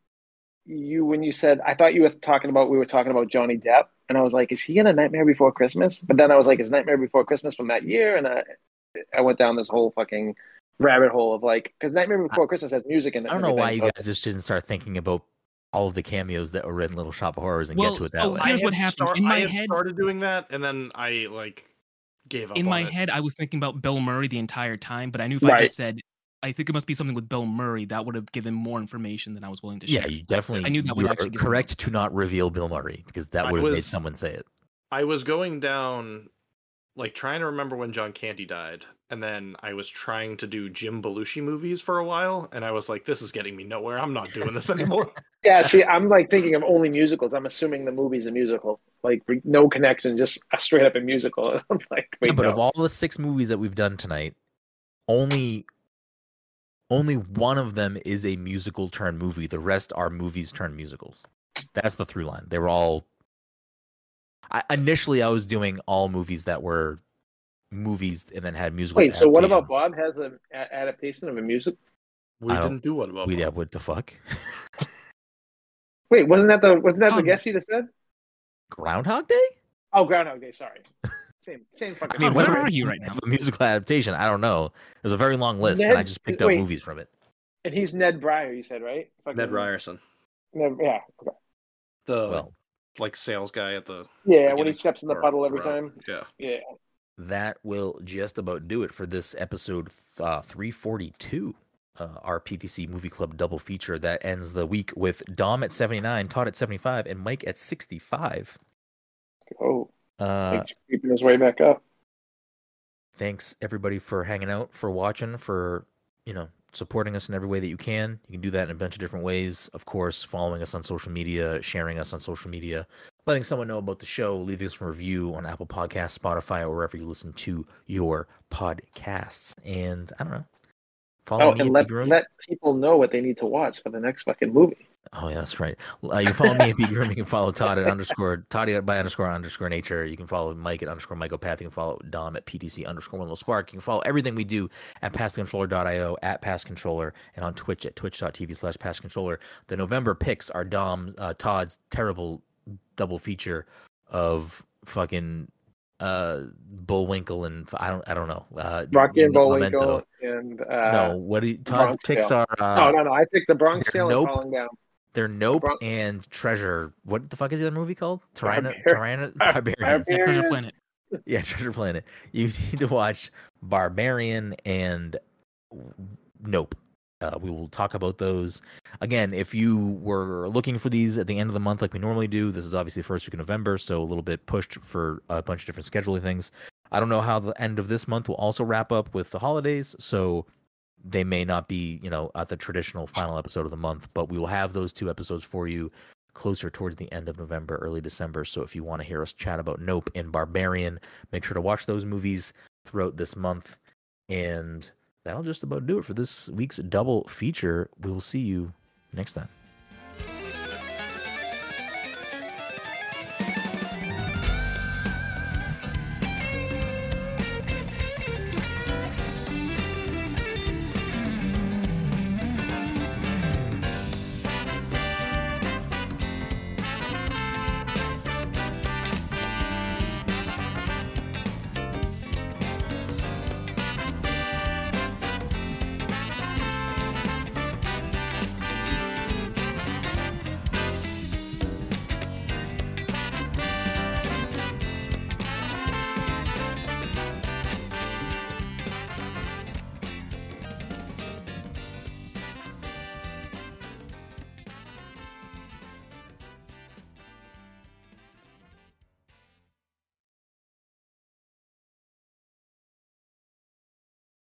Speaker 3: you when you said I thought you were talking about we were talking about Johnny Depp, and I was like, is he in a Nightmare Before Christmas? But then I was like, is Nightmare Before Christmas from that year? And I I went down this whole fucking rabbit hole of like because Nightmare Before Christmas has music in it.
Speaker 1: I don't
Speaker 3: and
Speaker 1: know why you
Speaker 3: everything, so-
Speaker 1: guys just didn't start thinking about all of the cameos that were in Little Shop of Horrors and
Speaker 2: Well,
Speaker 1: get to it that
Speaker 2: so
Speaker 1: way.
Speaker 2: I- Here's
Speaker 5: I
Speaker 2: what
Speaker 5: had
Speaker 2: happened.
Speaker 5: start-
Speaker 2: In
Speaker 5: I
Speaker 2: my
Speaker 5: had
Speaker 2: head-
Speaker 5: started doing that, and then I like gave up.
Speaker 2: In
Speaker 5: on
Speaker 2: my
Speaker 5: it.
Speaker 2: head, I was thinking about Bill Murray the entire time, but I knew if I
Speaker 3: Right.
Speaker 2: just said, "I think it must be something with Bill Murray," that would have given more information than I was willing to share.
Speaker 1: yeah, you definitely.
Speaker 2: I knew that would
Speaker 1: you are
Speaker 2: actually give it away.
Speaker 1: correct to not reveal Bill Murray because that
Speaker 5: I
Speaker 1: would have made
Speaker 5: was-
Speaker 1: someone say it.
Speaker 5: I was going down, like trying to remember when John Candy died, and then I was trying to do Jim Belushi movies for a while, and I was like, "This is getting me nowhere. I'm not doing this anymore."
Speaker 3: Yeah, see, I'm like thinking of only musicals. I'm assuming the movie's a musical, like re- no connection, just a straight up a musical. I'm like, wait,
Speaker 1: Yeah, but
Speaker 3: no.
Speaker 1: of all the six movies that we've done tonight, only only one of them is a musical turn movie. The rest are movies turn musicals. That's the through line. They were all. I, initially, I was doing all movies that were movies and then had musical.
Speaker 3: wait. So what about
Speaker 1: adaptations.
Speaker 3: Bob has an a- adaptation of a music?
Speaker 5: We
Speaker 1: I don't-
Speaker 5: didn't do one about
Speaker 1: We, yeah,
Speaker 5: Bob.
Speaker 1: what the fuck?
Speaker 3: Wait, wasn't that the wasn't that the
Speaker 2: Um,
Speaker 3: guess you just said?
Speaker 1: Groundhog Day?
Speaker 3: Oh, Groundhog Day. Sorry, same same fucking.
Speaker 1: I mean,
Speaker 2: God,
Speaker 1: whether
Speaker 2: where
Speaker 1: it
Speaker 2: are you
Speaker 1: didn't
Speaker 2: right now?
Speaker 1: have a musical adaptation, I don't know. It was a very long list, and I
Speaker 3: Ned-
Speaker 1: just picked up
Speaker 3: wait.
Speaker 1: movies from it.
Speaker 3: and he's Ned Breyer. You said right? Fucking-
Speaker 5: Ned Ryerson,
Speaker 3: Ned- yeah. Okay.
Speaker 4: Uh,
Speaker 5: the
Speaker 1: Well,
Speaker 5: like sales guy at the
Speaker 3: Yeah, when he
Speaker 5: beginning
Speaker 3: steps in the
Speaker 5: or
Speaker 3: puddle every
Speaker 5: throughout.
Speaker 3: time.
Speaker 5: Yeah,
Speaker 3: Yeah.
Speaker 1: that will just about do it for this episode uh, 342. Uh, our PTC Movie Club double feature that ends the week with Dom at 79, Todd at 75, and Mike at 65.
Speaker 3: Oh,
Speaker 1: Uh,
Speaker 3: like creeping his way back up.
Speaker 1: thanks everybody for hanging out for watching for you know supporting us in every way that you can you can do that in a bunch of different ways of course following us on social media sharing us on social media letting someone know about the show leaving us a review on apple Podcasts, spotify or wherever you listen to your podcasts and i don't know follow
Speaker 3: Oh,
Speaker 1: me
Speaker 3: and
Speaker 1: at
Speaker 3: let
Speaker 1: Big Room.
Speaker 3: let people know what they need to watch for the next fucking movie.
Speaker 1: Oh yeah, that's right. Uh, you can follow me at B Grimm. You can follow Todd at underscore Todd at- by underscore underscore nature. You can follow Mike at underscore Michael Path. You can follow Dom at PTC underscore one little spark. You can follow everything we do at passcontroller.io at passcontroller and on Twitch at twitch.tv slash passcontroller. The November picks are Dom uh, Todd's terrible double feature of fucking uh Bullwinkle and I don't I don't know uh
Speaker 3: Rocky and
Speaker 1: Me-
Speaker 3: Bullwinkle
Speaker 1: Memento.
Speaker 3: and uh,
Speaker 1: no, what do you, Todd's
Speaker 3: Bronx
Speaker 1: picks
Speaker 3: Tale.
Speaker 1: are uh,
Speaker 3: no, no, no. I picked the Bronx
Speaker 1: they're
Speaker 3: Tale and
Speaker 1: nope.
Speaker 3: Falling Down.
Speaker 1: They're Nope
Speaker 3: Bron-
Speaker 1: and Treasure. What the fuck is the other movie called? Tyranno,
Speaker 3: Barbarian.
Speaker 1: Tyranno, Barbarian.
Speaker 2: Yeah, Treasure
Speaker 3: Barbarian.
Speaker 2: Planet.
Speaker 1: yeah, Treasure Planet. You need to watch Barbarian and Nope. Uh, we will talk about those again. If you were looking for these at the end of the month, like we normally do, this is obviously the first week of November, so a little bit pushed for a bunch of different scheduling things. I don't know how the end of this month will also wrap up with the holidays, so they may not be, you know, at the traditional final episode of the month, but we will have those two episodes for you closer towards the end of November, early December. So if you want to hear us chat about Nope and Barbarian, make sure to watch those movies throughout this month. And that'll just about do it for this week's double feature. We will see you next time.